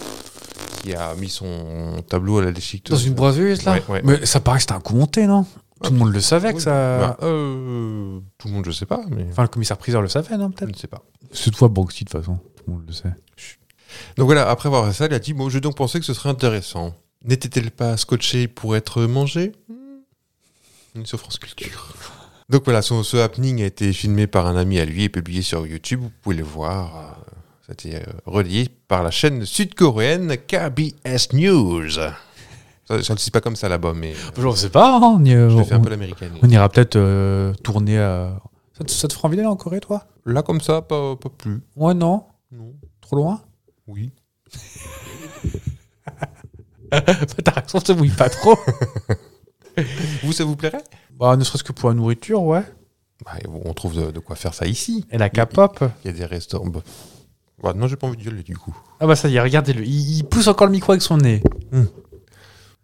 Speaker 2: qui a mis son tableau à la Bah, déchiqueteuse.
Speaker 1: Dans une broseuse là.
Speaker 2: Ouais, ouais.
Speaker 1: Mais ça paraît que c'était un coup monté, non
Speaker 2: Ah,
Speaker 1: Tout le monde le savait que
Speaker 2: Oui.
Speaker 1: ça.
Speaker 2: Bah, euh, tout le monde, je sais pas, mais
Speaker 1: Enfin, le commissaire priseur le savait, non
Speaker 2: je
Speaker 1: peut-être.
Speaker 2: ne sais pas.
Speaker 1: C'est toi Banksy de toute façon. Tout le monde le sait.
Speaker 2: Donc voilà, après avoir fait ça, il a dit, bon, je donc pensé que ce serait intéressant. N'était-elle pas scotchée pour être mangée On est sur France Culture. Donc voilà, son, ce happening a été filmé par un ami à lui et publié sur YouTube. Vous pouvez le voir. euh, Ça a été euh, relié par la chaîne sud-coréenne KBS News. Ça, Ça, ça ne se dit pas comme ça là-bas, mais euh,
Speaker 1: Je ne sais pas. hein, on, y-
Speaker 2: je l'ai fait un
Speaker 1: on-
Speaker 2: peu l'américaine.
Speaker 1: on ira peut-être euh, tourner à. Ça te, ça te fera envie d'aller en Corée, toi
Speaker 2: Là, comme ça, pas, pas plus.
Speaker 1: Ouais, non
Speaker 2: Non.
Speaker 1: Trop loin
Speaker 2: Oui.
Speaker 1: Bah, T'as raison, ça mouille pas trop.
Speaker 2: Vous, ça vous plairait
Speaker 1: bah, ne serait-ce que pour la nourriture, ouais.
Speaker 2: Bah, On trouve de, de quoi faire ça ici.
Speaker 1: Et la K-pop.
Speaker 2: Il y a des restaurants. bah, bah, non, j'ai pas envie de y aller du coup.
Speaker 1: Ah bah ça y est, regardez-le. Il, il pousse encore le micro avec son nez.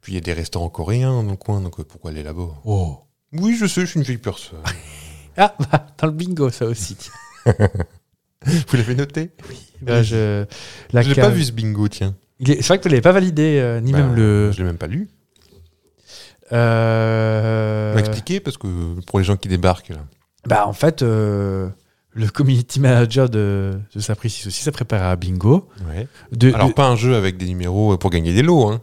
Speaker 2: Puis il y a des restaurants coréens dans le coin, donc euh, pourquoi aller là-bas
Speaker 1: Oh.
Speaker 2: Oui, je sais, je suis une vieille personne.
Speaker 1: Ah bah, dans le bingo, ça aussi. tiens.
Speaker 2: vous l'avez noté
Speaker 1: Bah, je la
Speaker 2: Je l'ai
Speaker 1: K-
Speaker 2: pas vu ce bingo, tiens.
Speaker 1: Il est- C'est vrai que vous l'avez pas validé, euh, ni
Speaker 2: Bah,
Speaker 1: même le...
Speaker 2: Je l'ai même pas lu.
Speaker 1: Euh,
Speaker 2: On va expliquer parce que pour les gens qui débarquent là.
Speaker 1: Bah, en fait, euh, le community manager de, de Sapristi aussi s'est préparé à un bingo.
Speaker 2: Ouais.
Speaker 1: De,
Speaker 2: Alors
Speaker 1: de-
Speaker 2: pas un jeu avec des numéros pour gagner des lots, hein.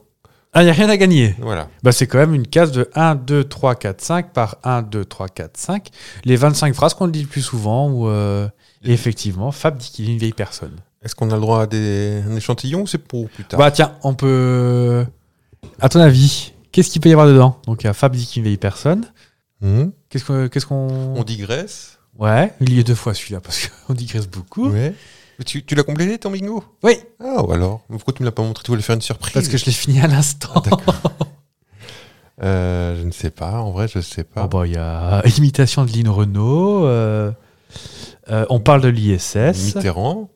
Speaker 1: Ah, il n'y a rien à gagner.
Speaker 2: Voilà.
Speaker 1: Bah, c'est quand même une case de 1, 2, 3, 4, 5 par 1, 2, 3, 4, 5. Les 25 phrases qu'on dit le plus souvent. Où, euh, et effectivement, Fab dit qu'il est une vieille personne.
Speaker 2: Est-ce qu'on a le droit à des un échantillon ou c'est pour plus tard
Speaker 1: Bah tiens, on peut... À ton avis, qu'est-ce qu'il peut y avoir dedans Donc, il y a Fab dit qu'il est une vieille personne.
Speaker 2: Hum,
Speaker 1: Qu'est-ce qu'on... qu'est-ce qu'on-
Speaker 2: On digresse.
Speaker 1: Ouais, il y est deux fois celui-là, parce qu'on digresse beaucoup.
Speaker 2: Ouais. Mais Tu, tu l'as complété ton bingo
Speaker 1: Oui,
Speaker 2: Ah ou alors Mais Pourquoi tu me l'as pas montré Tu voulais faire une surprise
Speaker 1: parce que je l'ai fini à l'instant.
Speaker 2: Euh, je ne sais pas. En vrai, je ne sais pas.
Speaker 1: Oh bah, il y a imitation de Lynn Renault. euh, euh, on parle de l'ISS.
Speaker 2: Mitterrand.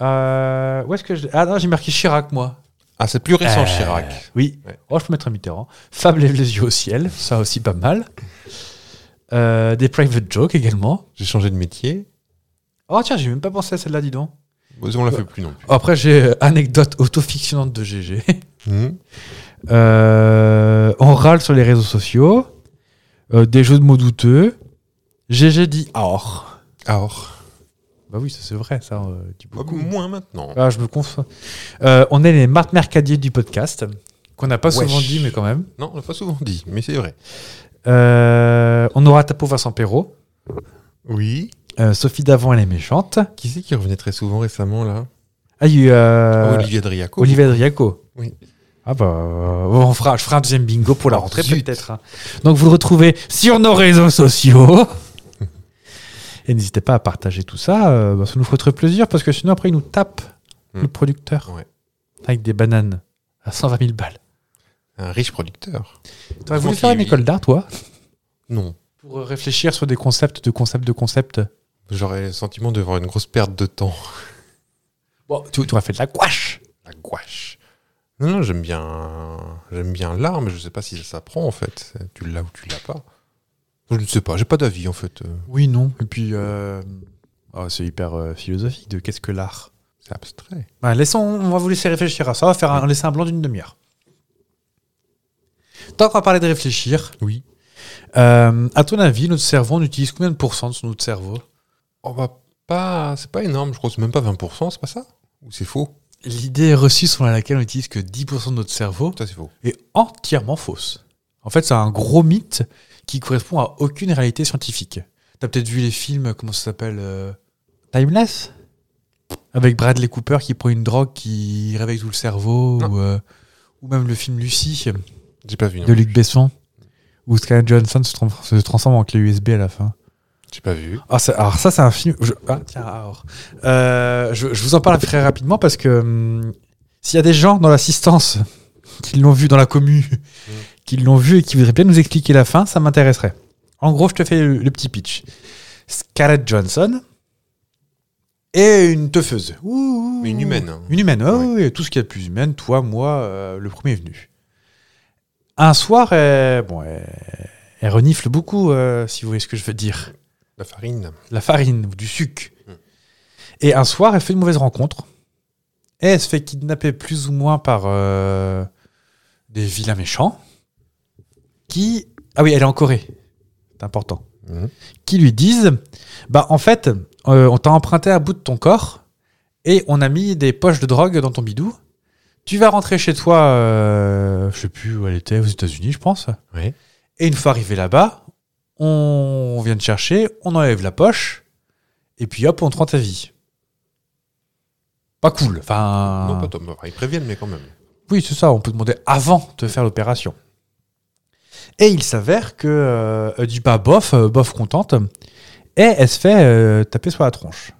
Speaker 1: Euh, où est-ce que je... Ah non, j'ai marqué Chirac, moi.
Speaker 2: Ah, c'est plus récent,
Speaker 1: Euh,
Speaker 2: Chirac.
Speaker 1: Oui.
Speaker 2: Ouais.
Speaker 1: Oh, je peux mettre un Mitterrand. Fab lève les yeux au ciel, ça aussi pas mal. Euh, des private jokes également.
Speaker 2: J'ai changé de métier.
Speaker 1: Oh tiens, j'ai même pas pensé à celle-là, dis donc.
Speaker 2: Bon, On l'a fait plus non plus.
Speaker 1: Après, j'ai euh, anecdote autofictionnante de GG.
Speaker 2: Hum.
Speaker 1: Euh, on râle sur les réseaux sociaux. Euh, des jeux de mots douteux. GG dit or.
Speaker 2: Alors, hmm.
Speaker 1: Bah oui, ça c'est vrai, ça euh, dit beaucoup.
Speaker 2: moins maintenant.
Speaker 1: Ah, je me confonds. Euh, on est les Marthe Mercadier du podcast, qu'on n'a pas
Speaker 2: Wesh.
Speaker 1: souvent dit, mais quand même.
Speaker 2: Non, on l'a pas souvent dit, mais c'est vrai.
Speaker 1: Euh, on aura Tapo Vincent Perrault.
Speaker 2: Oui.
Speaker 1: Euh, Sophie Davant, elle est méchante.
Speaker 2: Qui c'est qui revenait très souvent récemment là
Speaker 1: Ah, il y a eu euh,
Speaker 2: Ah, Olivier Driaco.
Speaker 1: Olivier Adriaco.
Speaker 2: Oui.
Speaker 1: Ah bah, euh, on fera, je ferai un deuxième bingo pour la
Speaker 2: Oh,
Speaker 1: rentrée
Speaker 2: zut.
Speaker 1: peut-être. hein. Donc vous le retrouvez sur nos réseaux sociaux. Et n'hésitez pas à partager tout ça, euh, bah, ça nous ferait très plaisir parce que sinon après il nous tape
Speaker 2: Hmm.
Speaker 1: le producteur
Speaker 2: Ouais.
Speaker 1: avec des bananes à 120 000 balles.
Speaker 2: Un riche producteur.
Speaker 1: T'aurais voulu
Speaker 2: Francky,
Speaker 1: faire une
Speaker 2: oui.
Speaker 1: école d'art, toi
Speaker 2: Non.
Speaker 1: Pour euh, réfléchir sur des concepts, de concepts, de concepts.
Speaker 2: J'aurais le sentiment de voir une grosse perte de temps.
Speaker 1: Bon, tu tu aurais fait de la gouache
Speaker 2: La gouache. Non, non, j'aime bien, j'aime bien l'art, mais je sais pas si ça s'apprend en fait. Tu l'as ou tu l'as pas. Je ne sais pas. J'ai pas d'avis en fait. Euh,
Speaker 1: Oui, non. Et puis, euh, oh, c'est hyper euh, philosophique de qu'est-ce que l'art
Speaker 2: C'est abstrait.
Speaker 1: Bah, laissons, On va vous laisser réfléchir à ça. On va faire un, laisser un blanc d'une demi-heure. Tant qu'on va parler de réfléchir,
Speaker 2: Oui.
Speaker 1: euh, à ton avis, notre cerveau, on utilise combien de pourcents de son autre cerveau
Speaker 2: On va pas. C'est pas énorme. Je crois que c'est même pas 20 C'est pas ça Ou c'est faux
Speaker 1: L'idée reçue selon laquelle on utilise que 10% de notre cerveau
Speaker 2: Ça c'est faux.
Speaker 1: est entièrement fausse. En fait, c'est un gros mythe qui correspond à aucune réalité scientifique. T'as peut-être vu les films, comment ça s'appelle euh, Timeless Avec Bradley Cooper qui prend une drogue qui réveille tout le cerveau,
Speaker 2: Non.
Speaker 1: ou, euh, ou même le film Lucie
Speaker 2: J'ai pas vu. non.
Speaker 1: de Luc Besson, où Scarlett Johansson se, tran- se transforme en clé USB à la fin.
Speaker 2: J'ai pas vu.
Speaker 1: Ah, ça- alors ça, c'est un film. je- ah, tiens, alors. Euh, je, je vous en parle très rapidement parce que hum, s'il y a des gens dans l'assistance qui l'ont vu dans la commu, qui l'ont vu et qui voudraient bien nous expliquer la fin, ça m'intéresserait. En gros, je te fais le, le petit pitch. Scarlett Johnson est une teufeuse. Ouh, ouh,
Speaker 2: Mais une
Speaker 1: ouh.
Speaker 2: humaine. hein.
Speaker 1: Une humaine,
Speaker 2: Oui.
Speaker 1: oui. tout ce qu'il y a de plus humaine, toi, moi, euh, le premier est venu. Un soir, elle, bon, elle, elle renifle beaucoup, euh, si vous voyez ce que je veux dire
Speaker 2: La farine.
Speaker 1: la farine ou du sucre.
Speaker 2: Mm.
Speaker 1: Et un soir, elle fait une mauvaise rencontre. Et elle se fait kidnapper plus ou moins par euh, des vilains méchants. Qui. Ah oui, elle est en Corée. C'est important.
Speaker 2: Mhm.
Speaker 1: Qui lui disent Bah, en fait, euh, on t'a emprunté un bout de ton corps et on a mis des poches de drogue dans ton bidou. Tu vas rentrer chez toi, euh, je sais plus où elle était, aux États-Unis, je pense.
Speaker 2: Oui.
Speaker 1: Et une fois arrivé là-bas, on vient te chercher, on enlève la poche, et puis hop, on te rend ta vie. Pas cool. Enfin, Ah.
Speaker 2: Non, pas Tom. Enfin, ils préviennent, mais quand même.
Speaker 1: Oui, c'est ça, on peut demander avant de faire l'opération. Et il s'avère que euh, elle dit bah bof, euh, bof contente, et elle se fait euh, taper sur la tronche.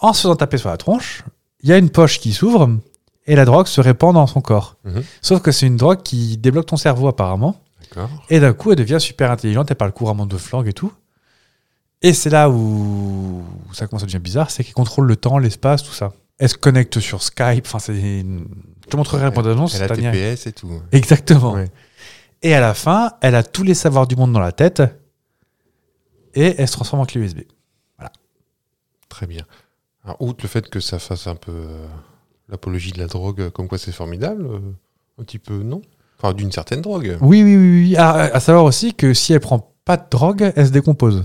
Speaker 1: En se faisant taper sur la tronche, il y a une poche qui s'ouvre et la drogue se répand dans son corps.
Speaker 2: Mhm.
Speaker 1: Sauf que c'est une drogue qui débloque ton cerveau apparemment.
Speaker 2: D'accord.
Speaker 1: Et d'un coup, elle devient super intelligente, elle parle couramment de flangue et tout. Et c'est là où ça commence à devenir bizarre, c'est qu'elle contrôle le temps, l'espace, tout ça. Elle se connecte sur Skype, enfin c'est... Je te montrerai la bande-annonce.
Speaker 2: Elle a
Speaker 1: t'as bien-
Speaker 2: TPS et tout.
Speaker 1: Exactement.
Speaker 2: Ouais.
Speaker 1: Et à la fin, elle a tous les savoirs du monde dans la tête et elle se transforme en clé USB.
Speaker 2: Très bien. Alors, outre le fait que ça fasse un peu euh, l'apologie de la drogue, euh, comme quoi c'est formidable, euh, un petit peu non Enfin, d'une certaine drogue.
Speaker 1: Oui, oui, oui. oui. À, Ah, à savoir aussi que si elle prend pas de drogue, elle se décompose.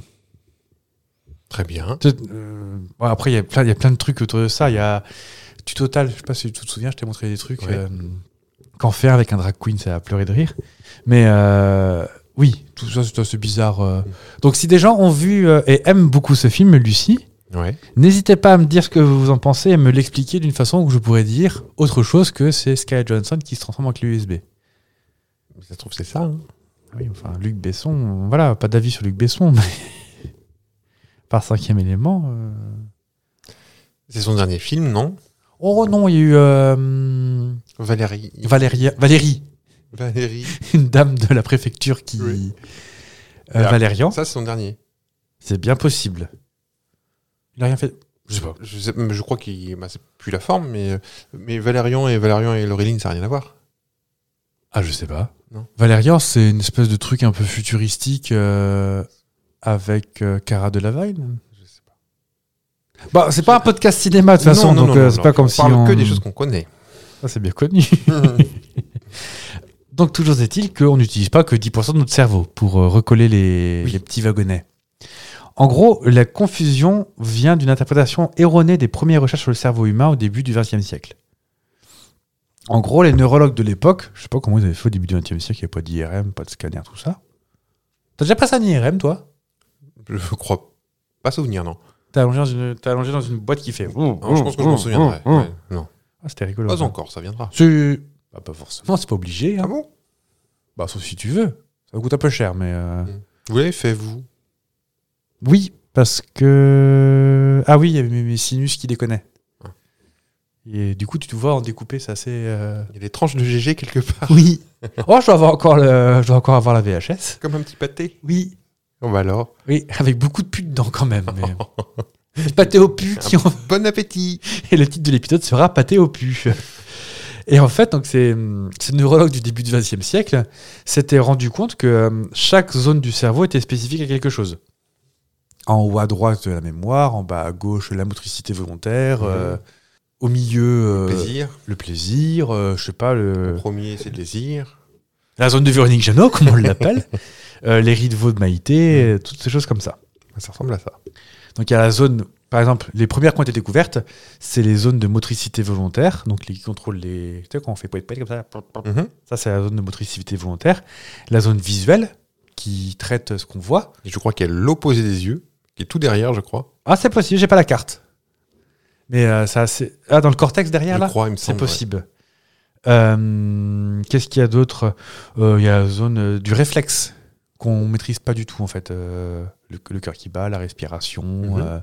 Speaker 2: Très bien.
Speaker 1: Tu- euh, ouais, après, il y a plein- il y a plein de trucs autour de ça. Il y a du total, je sais pas si tu te souviens, je t'ai montré des trucs
Speaker 2: Ouais.
Speaker 1: euh, qu'en faire avec un drag queen, ça a pleuré de rire. Mais euh, oui, tout ça, c'est assez bizarre. euh. Donc, si des gens ont vu euh, et aiment beaucoup ce film, Lucie,
Speaker 2: Ouais.
Speaker 1: N'hésitez pas à me dire ce que vous en pensez et me l'expliquer d'une façon où je pourrais dire autre chose que c'est Sky Johnson qui se transforme en clé USB.
Speaker 2: Mais Ça se trouve, c'est ça. hein.
Speaker 1: Ah Oui, enfin, Luc Besson, euh, voilà, pas d'avis sur Luc Besson, mais par cinquième élément. euh.
Speaker 2: C'est son dernier film, non
Speaker 1: Oh non, il y a eu euh,
Speaker 2: Valérie.
Speaker 1: Valérie, Valérie,
Speaker 2: Valérie.
Speaker 1: une dame de la préfecture qui.
Speaker 2: Oui.
Speaker 1: Euh,
Speaker 2: Ah.
Speaker 1: Valérian,
Speaker 2: Ça, c'est son dernier.
Speaker 1: c'est bien possible. Il a rien fait. Je sais pas.
Speaker 2: Je, sais- mais je crois qu'il. bah, c'est plus la forme, mais, euh, mais Valérian et Valérian et Laureline, ça n'a rien à voir.
Speaker 1: Ah, je sais pas.
Speaker 2: Non.
Speaker 1: Valérian, c'est une espèce de truc un peu futuristique euh, avec euh, Cara Delevingne.
Speaker 2: Je sais pas.
Speaker 1: Bah, c'est pas un podcast cinéma de toute
Speaker 2: Non,
Speaker 1: façon,
Speaker 2: non,
Speaker 1: donc
Speaker 2: non,
Speaker 1: euh,
Speaker 2: non,
Speaker 1: c'est
Speaker 2: non.
Speaker 1: pas comme
Speaker 2: on
Speaker 1: si
Speaker 2: parle
Speaker 1: on...
Speaker 2: que des choses qu'on connaît.
Speaker 1: Ah, c'est bien connu. donc toujours est-il qu'on n'utilise pas que 10% de notre cerveau pour euh, recoller les,
Speaker 2: Oui.
Speaker 1: les petits wagonnets. En gros, la confusion vient d'une interprétation erronée des premières recherches sur le cerveau humain au début du XXe siècle. En gros, les neurologues de l'époque, je sais pas comment ils avaient fait au début du XXe siècle, il n'y avait pas d'IRM, pas de scanner, tout ça. T'as déjà passé un IRM, toi
Speaker 2: je crois pas souvenir, non.
Speaker 1: T'es allongé, dans une- t'es allongé dans une boîte qui fait.
Speaker 2: Non,
Speaker 1: Hum,
Speaker 2: je pense que je m'en souviendrai. Ouais, Non.
Speaker 1: Ah, C'était rigolo.
Speaker 2: Pas
Speaker 1: ça.
Speaker 2: encore, ça viendra.
Speaker 1: C'est- bah, pas forcément, c'est pas obligé. hein.
Speaker 2: bon
Speaker 1: Bah, sauf si tu veux. Ça coûte un peu cher, mais. euh,
Speaker 2: Vous l'avez fait, vous
Speaker 1: Oui, parce que. Ah oui, il y avait mes, mes sinus qui déconnaient.
Speaker 2: Ah.
Speaker 1: Et du coup, tu te vois en découpé, c'est assez. euh,
Speaker 2: Il y a des tranches de GG quelque part,
Speaker 1: Oui. oh, je dois, avoir encore le... je dois encore avoir la VHS.
Speaker 2: comme un petit pâté.
Speaker 1: Oui.
Speaker 2: Bon bah alors,
Speaker 1: Oui, avec beaucoup de putes dedans quand même. Mais... Du pâté au pu qui en
Speaker 2: bon appétit
Speaker 1: Et le titre de l'épisode sera Pâté au pu. Et en fait, donc ces, ces neurologues du début du XXe siècle s'étaient rendu compte que euh, chaque zone du cerveau était spécifique à quelque chose. En haut à droite, la mémoire, en bas à gauche, la motricité volontaire,
Speaker 2: Mhm.
Speaker 1: euh, au milieu, euh,
Speaker 2: Plaisir,
Speaker 1: le plaisir, euh, je sais pas, le-
Speaker 2: premier c'est le désir.
Speaker 1: la zone de Véronique Jeannot, comme on l'appelle, euh, les rides de Maïté, euh, toutes ces choses comme ça.
Speaker 2: Ça ressemble à ça.
Speaker 1: Donc il y a la zone, par exemple, les premières qui ont été découvertes, c'est les zones de motricité volontaire, donc les qui contrôlent les. Tu sais, quand on fait poète poète comme ça, ça c'est la zone de motricité volontaire. La zone visuelle, qui traite ce qu'on voit.
Speaker 2: Et je crois qu'il y a l'opposé des yeux, qui est tout derrière, je crois.
Speaker 1: Ah, c'est possible, j'ai pas la carte. Mais euh, ça, c'est. Ah, dans le cortex derrière
Speaker 2: je
Speaker 1: là
Speaker 2: crois, il me
Speaker 1: C'est
Speaker 2: semble.
Speaker 1: possible. Euh, Qu'est-ce qu'il y a d'autre Euh, Il y a la zone euh, du réflexe qu'on maîtrise pas du tout en fait. Euh, le, le cœur qui bat, la respiration,
Speaker 2: Mhm.
Speaker 1: euh,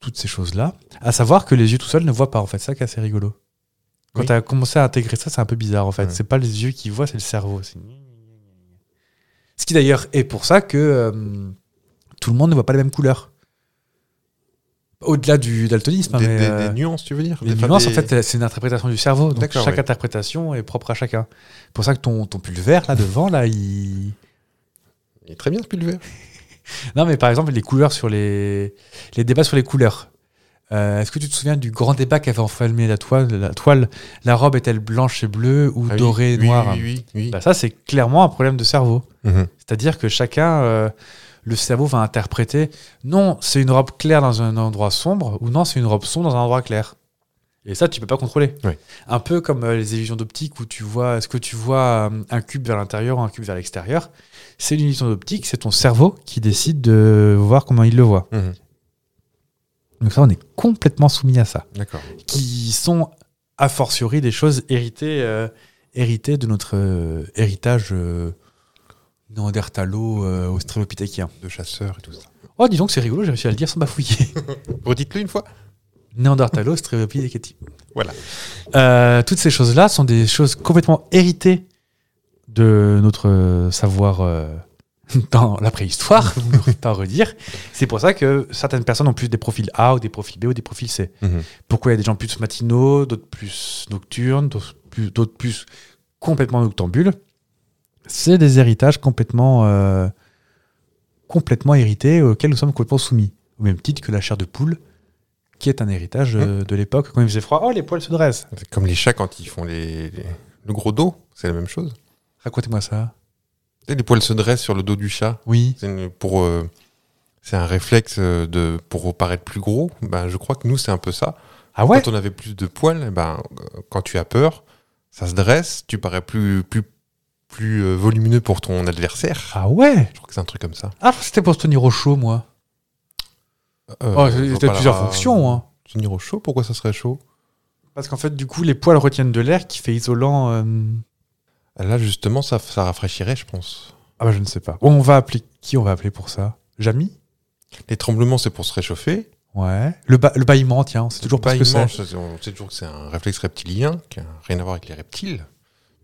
Speaker 1: toutes ces choses-là. À savoir que les yeux tout seuls ne voient pas en fait. C'est ça qui est assez rigolo. Quand
Speaker 2: Oui.
Speaker 1: tu as commencé à intégrer ça, c'est un peu bizarre en fait.
Speaker 2: Ouais.
Speaker 1: C'est pas les yeux qui voient, c'est le cerveau. C'est- Ce qui d'ailleurs est pour ça que euh, tout le monde ne voit pas les mêmes couleurs. Au-delà du daltonisme. hein,
Speaker 2: Des,
Speaker 1: mais,
Speaker 2: des-
Speaker 1: euh,
Speaker 2: des nuances, tu veux dire
Speaker 1: les
Speaker 2: Des- enfin,
Speaker 1: nuances,
Speaker 2: des-
Speaker 1: en fait, c'est une interprétation du cerveau. Donc
Speaker 2: D'accord,
Speaker 1: chaque
Speaker 2: ouais.
Speaker 1: interprétation est propre à chacun. C'est pour ça que ton, ton pull vert, là, devant, là, il.
Speaker 2: Il est très bien ce pulvère.
Speaker 1: Non, mais par exemple, les couleurs sur les. Les débats sur les couleurs. Euh, Est-ce que tu te souviens du grand débat qu'avait enflammé la toile, la toile La robe est-elle blanche et bleue ou
Speaker 2: Ah oui,
Speaker 1: dorée et
Speaker 2: oui,
Speaker 1: noire
Speaker 2: Oui, oui, oui.
Speaker 1: Bah, Ça, c'est clairement un problème de cerveau.
Speaker 2: Mhm.
Speaker 1: C'est-à-dire que chacun, euh, le cerveau va interpréter non, c'est une robe claire dans un endroit sombre ou non, c'est une robe sombre dans un endroit clair. Et ça, tu peux pas contrôler.
Speaker 2: Oui.
Speaker 1: Un peu comme euh, les illusions d'optique où tu vois, est-ce que tu vois euh, un cube vers l'intérieur ou un cube vers l'extérieur C'est une illusion d'optique, c'est ton cerveau qui décide de voir comment il le voit.
Speaker 2: Mhm.
Speaker 1: Donc ça, on est complètement soumis à ça.
Speaker 2: D'accord.
Speaker 1: Qui sont a fortiori des choses héritées, euh, héritées de notre euh, héritage euh, néandertalo-australopithéquien.
Speaker 2: de chasseurs et tout ça.
Speaker 1: Oh, dis donc, c'est rigolo, j'ai réussi à le dire sans bafouiller.
Speaker 2: Redites-le une fois.
Speaker 1: Néandertalo, Strelopithecati.
Speaker 2: Voilà.
Speaker 1: Euh, toutes ces choses-là sont des choses complètement héritées de notre euh, savoir euh, dans la préhistoire, vous ne pourrez pas redire. C'est pour ça que certaines personnes ont plus des profils A ou des profils B ou des profils C.
Speaker 2: Mhm.
Speaker 1: Pourquoi il y a des gens plus matinaux, d'autres plus nocturnes, d'autres plus, d'autres plus complètement noctambules C'est des héritages complètement, euh, complètement hérités auxquels nous sommes complètement soumis. Au même titre que la chair de poule, qui est un héritage euh, de l'époque. Quand il faisait froid, oh, les poils se dressent.
Speaker 2: C'est Comme les chats quand ils font les, les- le gros dos, c'est la même chose.
Speaker 1: Racontez-moi ça.
Speaker 2: Tu sais, Les poils se dressent sur le dos du chat.
Speaker 1: Oui.
Speaker 2: C'est une- pour euh, c'est un réflexe euh, de pour paraître plus gros. Ben, je crois que nous c'est un peu ça.
Speaker 1: Ah ouais
Speaker 2: Quand on avait plus de poils, eh ben euh, quand tu as peur, ça se dresse, tu parais plus plus plus euh, volumineux pour ton adversaire.
Speaker 1: Ah ouais
Speaker 2: Je crois que c'est un truc comme ça.
Speaker 1: Ah, c'était pour se tenir au chaud, moi.
Speaker 2: Euh,
Speaker 1: Oh,
Speaker 2: je vois
Speaker 1: c'était
Speaker 2: pas
Speaker 1: plusieurs
Speaker 2: la-
Speaker 1: fonctions. hein.
Speaker 2: Tenir au chaud, pourquoi ça serait chaud
Speaker 1: Parce qu'en fait, du coup, les poils retiennent de l'air qui fait isolant. euh,
Speaker 2: Là justement, ça ça rafraîchirait, je pense.
Speaker 1: Ah bah je ne sais pas. On va appeler qui on va appeler pour ça Jamy
Speaker 2: Les tremblements, c'est pour se réchauffer.
Speaker 1: Ouais. Le, ba- le bâillement, tiens, on sait toujours pas ce que
Speaker 2: Bâillement,
Speaker 1: c'est.
Speaker 2: je- On sait toujours que c'est un réflexe reptilien, qui n'a rien à voir avec les reptiles.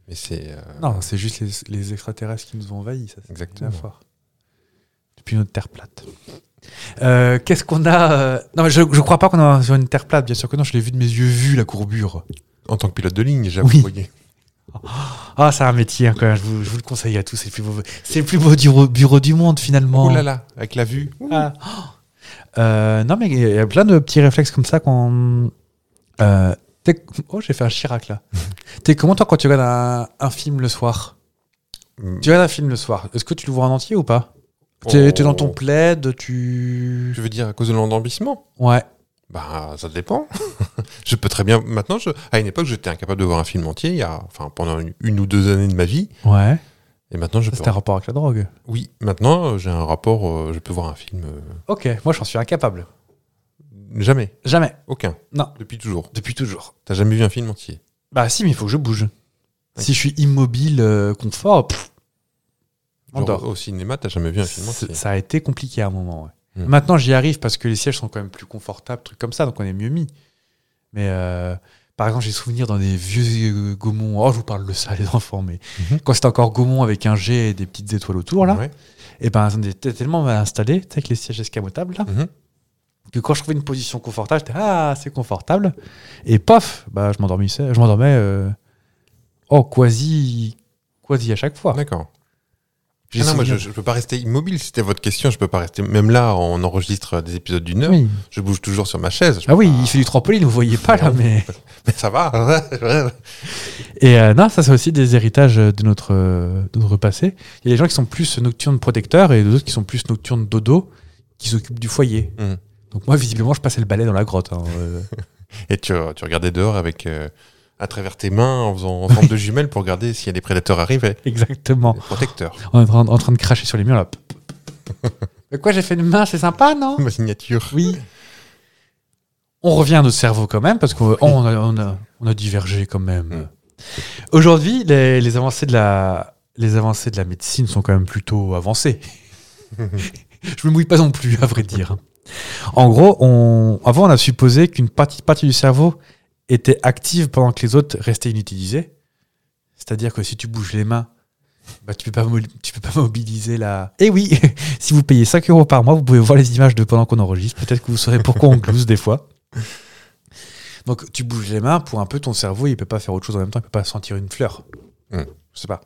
Speaker 2: Mais c'est. euh,
Speaker 1: Non, c'est juste les, les extraterrestres qui nous ont envahis, ça. c'est
Speaker 2: Exactement.
Speaker 1: rien à voir. Depuis notre Terre plate. Euh, Qu'est-ce qu'on a euh, Non, mais je, je crois pas qu'on est sur une Terre plate, bien sûr que non, je l'ai vu de mes yeux vus, la courbure.
Speaker 2: En tant que pilote de ligne, déjà,
Speaker 1: Oui.
Speaker 2: vous voyez.
Speaker 1: Ah, c'est un métier, hein, quand même, je vous, je vous le conseille à tous, c'est le plus beau, c'est le plus beau du- bureau du monde, finalement.
Speaker 2: Oh là là, avec la vue.
Speaker 1: Ah. Oh. Euh, non, mais il y a plein de petits réflexes comme ça qu'on. Euh, t'es- oh, j'ai fait un Chirac là. T'es comment toi quand tu regardes un, un film le soir
Speaker 2: Mm.
Speaker 1: Tu regardes un film le soir, est-ce que tu le vois en entier ou pas T'es
Speaker 2: Oh.
Speaker 1: t'es dans ton plaid, tu.
Speaker 2: Je veux dire, à cause de l'endormissement
Speaker 1: Ouais.
Speaker 2: Bah, ça dépend. je peux très bien. Maintenant, je... à une époque, j'étais incapable de voir un film entier, il y a... enfin, pendant une, une ou deux années de ma vie.
Speaker 1: Ouais.
Speaker 2: Et maintenant, je peux.
Speaker 1: C'était un rapport avec la drogue.
Speaker 2: Oui, maintenant, euh, j'ai un rapport. euh, je peux voir un film. euh,
Speaker 1: Ok, moi j'en suis incapable.
Speaker 2: Jamais.
Speaker 1: Jamais.
Speaker 2: Aucun.
Speaker 1: Non.
Speaker 2: Depuis toujours.
Speaker 1: Depuis toujours.
Speaker 2: T'as jamais vu un film entier
Speaker 1: Bah si, mais il faut que je bouge. Si je suis immobile, euh, confort, pff,
Speaker 2: Genre,
Speaker 1: M'endors.
Speaker 2: Au cinéma, t'as jamais vu un film entier
Speaker 1: C'est- Ça a été compliqué à un moment. ouais.
Speaker 2: Hmm.
Speaker 1: Maintenant, j'y arrive parce que les sièges sont quand même plus confortables, trucs comme ça, donc on est mieux mis. Mais euh, par exemple, j'ai souvenir dans des vieux euh, Gaumont. Oh, je vous parle de ça, les enfants, mais
Speaker 2: Mhm.
Speaker 1: quand c'était encore Gaumont avec un G et des petites étoiles autour, là,
Speaker 2: Ouais.
Speaker 1: et ben, on était tellement mal installé, tu sais, avec les sièges escamotables, là,
Speaker 2: Mhm.
Speaker 1: que quand je trouvais une position confortable, j'étais ah, c'est confortable. Et paf, bah, je m'endormissais, je m'endormais. euh, oh, quasi, quasi à chaque fois.
Speaker 2: D'accord.
Speaker 1: J'ai
Speaker 2: Ah non, moi, je
Speaker 1: souvenir-
Speaker 2: ne peux pas rester immobile, c'était votre question. Je peux pas rester. Même là, on enregistre des épisodes d'une heure.
Speaker 1: Oui.
Speaker 2: Je bouge toujours sur ma chaise. je
Speaker 1: Ah
Speaker 2: peux
Speaker 1: oui,
Speaker 2: pas-
Speaker 1: il fait du trampoline, vous voyez pas là,
Speaker 2: Non.
Speaker 1: mais.
Speaker 2: Mais ça va.
Speaker 1: Et euh, non, ça c'est aussi des héritages euh, de notre, euh, de notre passé. Il y a des gens qui sont plus nocturnes protecteurs et d'autres qui sont plus nocturnes dodo, qui s'occupent du foyer.
Speaker 2: Mhm.
Speaker 1: Donc moi, visiblement, je passais le balai dans la grotte. hein, euh.
Speaker 2: Et tu, tu regardais dehors avec. euh, à travers tes mains, en faisant en forme de jumelles pour regarder s'il y a des prédateurs arrivés.
Speaker 1: Exactement.
Speaker 2: Des protecteurs.
Speaker 1: En train, en train de cracher sur les murs là. Mais quoi, j'ai fait une main, c'est sympa, non
Speaker 2: ma signature.
Speaker 1: Oh. Oui. On revient à notre cerveau quand même, parce qu'on on a, on a- on a divergé quand même.
Speaker 2: Mm.
Speaker 1: Aujourd'hui, les, les avancées de la, les avancées de la médecine sont quand même plutôt avancées. Je me mouille pas non plus, à vrai dire. En gros, on, avant, on a supposé qu'une partie, partie du cerveau était active pendant que les autres restaient inutilisées. C'est-à-dire que si tu bouges les mains, bah, tu peux pas mo- tu peux pas mobiliser la. Eh oui, si vous payez 5 euros par mois, vous pouvez voir les images de pendant qu'on enregistre. Peut-être que vous saurez pourquoi on glousse des fois. Donc tu bouges les mains pour un peu ton cerveau, il peut pas faire autre chose en même temps, il peut pas sentir une fleur.
Speaker 2: Mm.
Speaker 1: Je sais pas.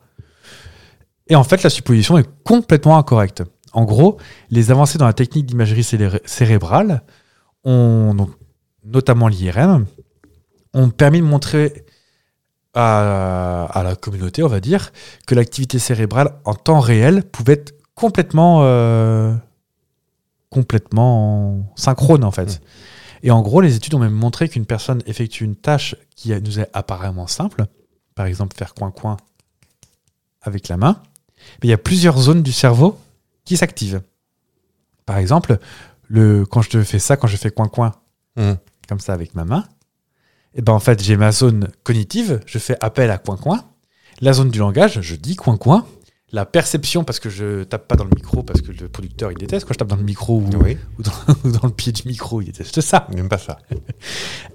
Speaker 1: Et en fait, la supposition est complètement incorrecte. En gros, les avancées dans la technique d'imagerie célé- cérébrale, ont, donc, notamment l'IRM, ont permis de montrer à, à la communauté, on va dire, que l'activité cérébrale en temps réel pouvait être complètement, euh, complètement synchrone en fait. Et en gros, les études ont même montré qu'une personne effectue une tâche qui nous est apparemment simple, par exemple faire coin-coin avec la main, mais il y a plusieurs zones du cerveau qui s'activent. Par exemple, le, quand je te fais ça, quand je fais coin-coin
Speaker 2: Mm.
Speaker 1: comme ça avec ma main, et ben en fait, j'ai ma zone cognitive, je fais appel à coin-coin. La zone du langage, je dis coin-coin. La perception, parce que je tape pas dans le micro, parce que le producteur, il déteste quand je tape dans le micro ou,
Speaker 2: Oui,
Speaker 1: ou dans, ou dans le pied du micro, il déteste ça.
Speaker 2: n'aime pas ça.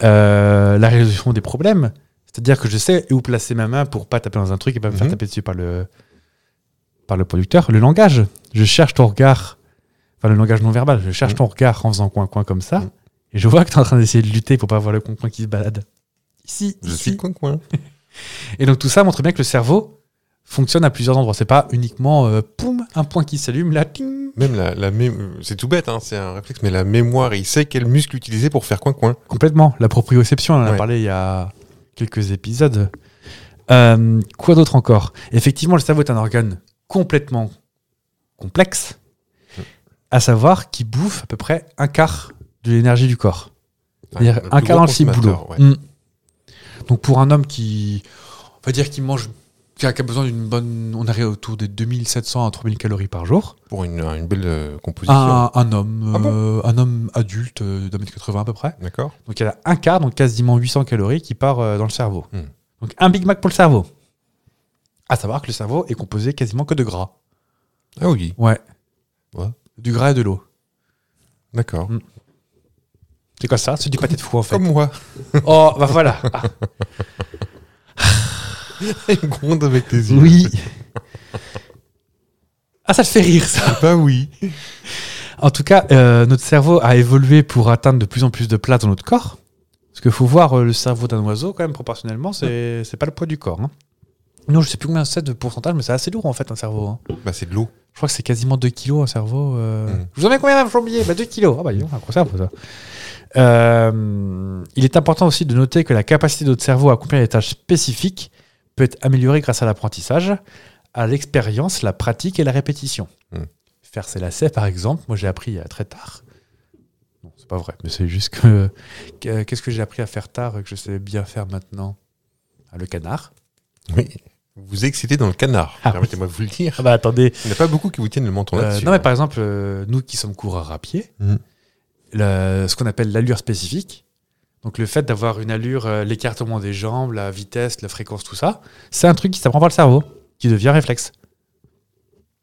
Speaker 1: Euh, la résolution des problèmes, c'est-à-dire que je sais où placer ma main pour pas taper dans un truc et pas me faire
Speaker 2: Mhm.
Speaker 1: taper dessus par le, par le producteur. Le langage, je cherche ton regard, enfin le langage non verbal, je cherche
Speaker 2: Mhm.
Speaker 1: ton regard en faisant coin-coin comme ça,
Speaker 2: Mhm.
Speaker 1: et je vois que tu es en train d'essayer de lutter pour pas voir le coin-coin qui se balade. Ici,
Speaker 2: Je
Speaker 1: ici.
Speaker 2: suis coin-coin.
Speaker 1: Et donc tout ça montre bien que le cerveau fonctionne à plusieurs endroits. C'est pas uniquement euh, poum, un point qui s'allume, là, ting,
Speaker 2: Même la, la mé- c'est tout bête, hein, c'est un réflexe, mais la mémoire, il sait quel muscle utiliser pour faire coin-coin.
Speaker 1: Complètement. La proprioception, on en a
Speaker 2: Ouais.
Speaker 1: parlé il y a quelques épisodes. Euh, quoi d'autre encore Effectivement, le cerveau est un organe complètement complexe, à savoir qui bouffe à peu près un quart de l'énergie du corps. C'est-à-dire
Speaker 2: plus
Speaker 1: un
Speaker 2: gros
Speaker 1: quart dans le cible boulot.
Speaker 2: consommateur, ouais.
Speaker 1: Mm. Donc pour un homme qui, on va dire qu'il mange, qui a qui a besoin d'une bonne, on arrive autour des 2700 à 3000 calories par jour.
Speaker 2: Pour une, une belle euh, composition.
Speaker 1: Un, un homme,
Speaker 2: Ah bon
Speaker 1: euh, un homme adulte euh, d'un mètre 80 à peu près.
Speaker 2: D'accord
Speaker 1: Donc il y en a un quart, donc quasiment 800 calories qui part euh, dans le cerveau.
Speaker 2: Hmm.
Speaker 1: Donc un Big Mac pour le cerveau. À savoir que le cerveau est composé quasiment que de gras.
Speaker 2: Ah oui,
Speaker 1: Ouais.
Speaker 2: Ouais.
Speaker 1: Du gras et de l'eau.
Speaker 2: d'accord.
Speaker 1: Mm. C'est quoi ça C'est du pâté de fou en fait.
Speaker 2: Comme moi,
Speaker 1: Oh, bah voilà. Ah,
Speaker 2: il gronde avec tes yeux.
Speaker 1: oui. Ah, ça te fait rire ça.
Speaker 2: Bah oui.
Speaker 1: En tout cas, euh, notre cerveau a évolué pour atteindre de plus en plus de place dans notre corps. Parce qu'il faut voir euh, le cerveau d'un oiseau, quand même, proportionnellement, c'est c'est pas le poids du corps. hein. Non, je sais plus combien c'est de pourcentage, mais c'est assez lourd en fait un cerveau. hein.
Speaker 2: Bah c'est de l'eau.
Speaker 1: Je crois que c'est quasiment 2 kilos un cerveau. euh.
Speaker 2: Mm.
Speaker 1: Je vous en mets combien un plombier bah, 2 kilos. Ah bah, ils ont un gros cerveau, ça. Euh, il est important aussi de noter que la capacité de notre cerveau à accomplir des tâches spécifiques peut être améliorée grâce à l'apprentissage, à l'expérience, la pratique et la répétition.
Speaker 2: Mm.
Speaker 1: Faire ses lacets, par exemple, moi j'ai appris euh, très tard. Non, c'est pas vrai, mais c'est juste que. que- Qu'est-ce que j'ai appris à faire tard et que je sais bien faire maintenant Ah, Le canard.
Speaker 2: Oui. Vous vous excitez dans le canard,
Speaker 1: Ah oui.
Speaker 2: permettez-moi de vous le dire.
Speaker 1: bah attendez,
Speaker 2: Il n'y en a pas beaucoup qui vous tiennent le menton
Speaker 1: Euh,
Speaker 2: là-dessus.
Speaker 1: non, mais par exemple, euh, nous qui sommes coureurs à pied,
Speaker 2: Mhm.
Speaker 1: le- ce qu'on appelle l'allure spécifique, donc le fait d'avoir une allure, euh, l'écartement des jambes, la vitesse, la fréquence, tout ça, c'est un truc qui s'apprend par le cerveau, qui devient réflexe.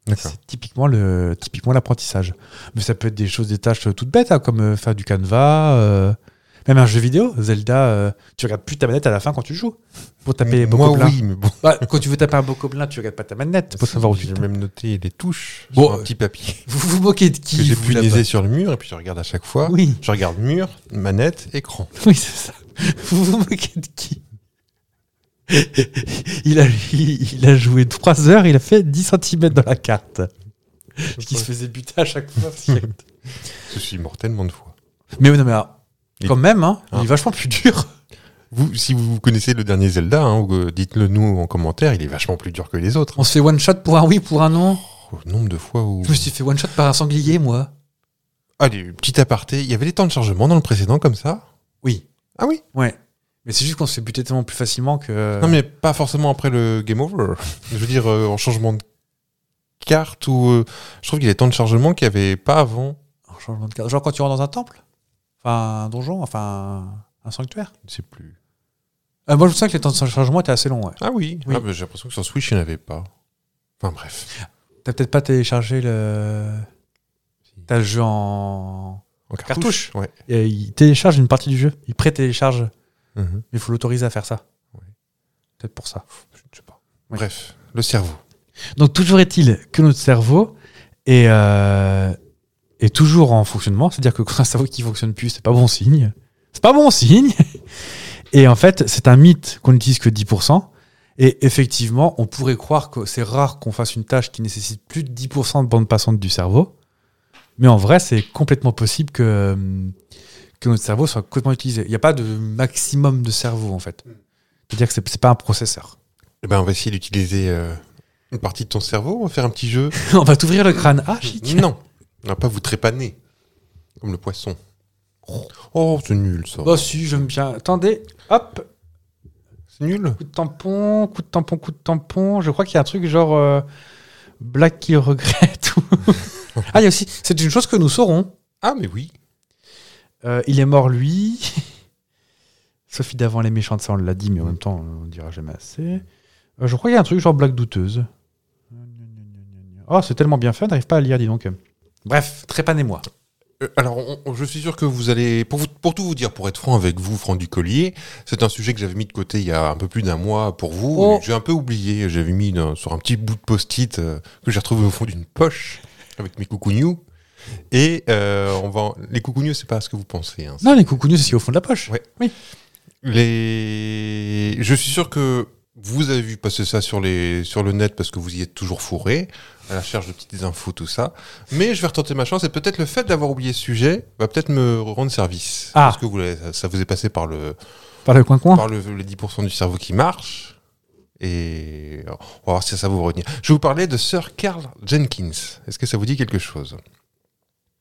Speaker 2: D'accord.
Speaker 1: C'est typiquement le typiquement l'apprentissage. Mais ça peut être des choses, des tâches euh, toutes bêtes, hein, comme euh, faire du canevas, euh, même un jeu vidéo. Zelda, euh, tu regardes plus ta manette à la fin quand tu joues. Pour taper
Speaker 2: Moi
Speaker 1: Bokoblin.
Speaker 2: oui, mais bon.
Speaker 1: Bah, quand tu veux taper un Bokoblin, tu regardes pas ta manette pour savoir où tu
Speaker 2: J'ai
Speaker 1: tapes.
Speaker 2: même noté les touches
Speaker 1: Bon,
Speaker 2: sur un petit papier
Speaker 1: Vous vous moquez de qui
Speaker 2: que j'ai
Speaker 1: vous, là-bas
Speaker 2: punaisé sur le mur, et puis je regarde à chaque fois.
Speaker 1: Oui.
Speaker 2: Je regarde mur, manette, écran.
Speaker 1: Oui, c'est ça. Vous vous moquez de qui il a, il, il a joué 3 heures, il a fait 10 cm dans la carte. Parce qu'il se faisait buter à chaque fois.
Speaker 2: Je suis mortellement de fois.
Speaker 1: mais oui, non, mais ah,
Speaker 2: Il-
Speaker 1: quand même, hein, il
Speaker 2: Ah.
Speaker 1: est vachement plus dur.
Speaker 2: Vous, si vous connaissez le dernier Zelda, hein, ou, euh, dites-le nous en commentaire, il est vachement plus dur que les autres.
Speaker 1: On se fait one shot pour un oui, pour un non.
Speaker 2: Au Oh, nombre de fois où...
Speaker 1: Je me suis fait one shot par un sanglier, moi.
Speaker 2: Allez, petit aparté, il y avait les temps de chargement dans le précédent comme ça
Speaker 1: Oui,
Speaker 2: Ah oui
Speaker 1: ouais. Mais c'est juste qu'on se fait buter tellement plus facilement que.
Speaker 2: Non mais pas forcément après le game over. Je veux dire euh, en changement de carte ou... euh, je trouve qu'il y a des temps de chargement qu'il n'y avait pas avant.
Speaker 1: En Oh, changement de carte. Genre quand tu rentres dans un temple, enfin un donjon, enfin un sanctuaire.
Speaker 2: Je sais plus.
Speaker 1: Euh, moi, je me souviens que les temps de chargement étaient assez longs, ouais.
Speaker 2: Ah oui,
Speaker 1: Oui.
Speaker 2: Ah, bah, j'ai l'impression que sur Switch il n'y en avait pas. Enfin bref,
Speaker 1: T'as peut-être pas téléchargé le. T'as le jeu en.
Speaker 2: en
Speaker 1: Cartouche.
Speaker 2: Ouais.
Speaker 1: Et il télécharge une partie du jeu. Il pré-télécharge.
Speaker 2: Mhm.
Speaker 1: Mais il faut l'autoriser à faire ça.
Speaker 2: Ouais.
Speaker 1: Peut-être pour ça.
Speaker 2: Je ne sais pas.
Speaker 1: Oui.
Speaker 2: Bref, le cerveau.
Speaker 1: Donc, toujours est-il que notre cerveau est, euh, est toujours en fonctionnement. C'est-à-dire que quand un cerveau qui fonctionne plus, c'est pas bon signe. C'est pas bon signe. Et en fait, c'est un mythe qu'on n'utilise que 10%. Et effectivement, on pourrait croire que c'est rare qu'on fasse une tâche qui nécessite plus de 10% de bande passante du cerveau. Mais en vrai, c'est complètement possible que, euh, que notre cerveau soit complètement utilisé. Il n'y a pas de maximum de cerveau, en fait. C'est-à-dire que c'est c'est pas un processeur.
Speaker 2: Eh ben on va essayer d'utiliser euh, une partie de ton cerveau, on va faire un petit jeu.
Speaker 1: on va t'ouvrir le crâne. Ah, chic.
Speaker 2: non, on va pas vous trépaner comme le poisson. Oh, c'est nul ça.
Speaker 1: Bah si, j'aime bien. Attendez, hop,
Speaker 2: C'est nul.
Speaker 1: coup de tampon, coup de tampon, coup de tampon. Je crois qu'il y a un truc genre euh, Black qui regrette. ou- ah, il y a aussi, c'est une chose que nous saurons.
Speaker 2: Ah mais oui.
Speaker 1: Euh, il est mort lui. Sophie d'avant, les méchantes, ça on l'a dit, mais en même temps, on dira jamais assez. Euh, je crois qu'il y a un truc genre blague douteuse. Oh, c'est tellement bien fait, on n'arrive pas à lire, dis donc. Bref, trépanez-moi.
Speaker 2: Euh, Alors, on- on- je suis sûr que vous allez, pour, vous- pour tout vous dire, pour être franc avec vous, Franck Ducollier, c'est un sujet que j'avais mis de côté il y a un peu plus d'un mois pour vous.
Speaker 1: Oh.
Speaker 2: J'ai un peu oublié, j'avais mis dans- sur un petit bout de post-it euh, que j'ai retrouvé au fond d'une poche avec mes coucougnou. Et euh, on va, en- les coucougnou, c'est pas ce que vous pensez. hein.
Speaker 1: Non, les coucounous, c'est ce qu'il y a au fond de la poche.
Speaker 2: Ouais. Les... Je suis sûr que vous avez vu passer ça sur, les... sur le net parce que vous y êtes toujours fourré, à la recherche de petites infos, tout ça. Mais je vais retenter ma chance et peut-être le fait d'avoir oublié ce sujet va peut-être me rendre service.
Speaker 1: Ah.
Speaker 2: Parce que vous l'avez- ça- ça vous est passé par le,
Speaker 1: Par le coin-coin.
Speaker 2: par le, les 10% du cerveau qui marche. Et on va voir si ça vous retenir. Je vais vous parler de Sir Carl Jenkins. Est-ce que ça vous dit quelque chose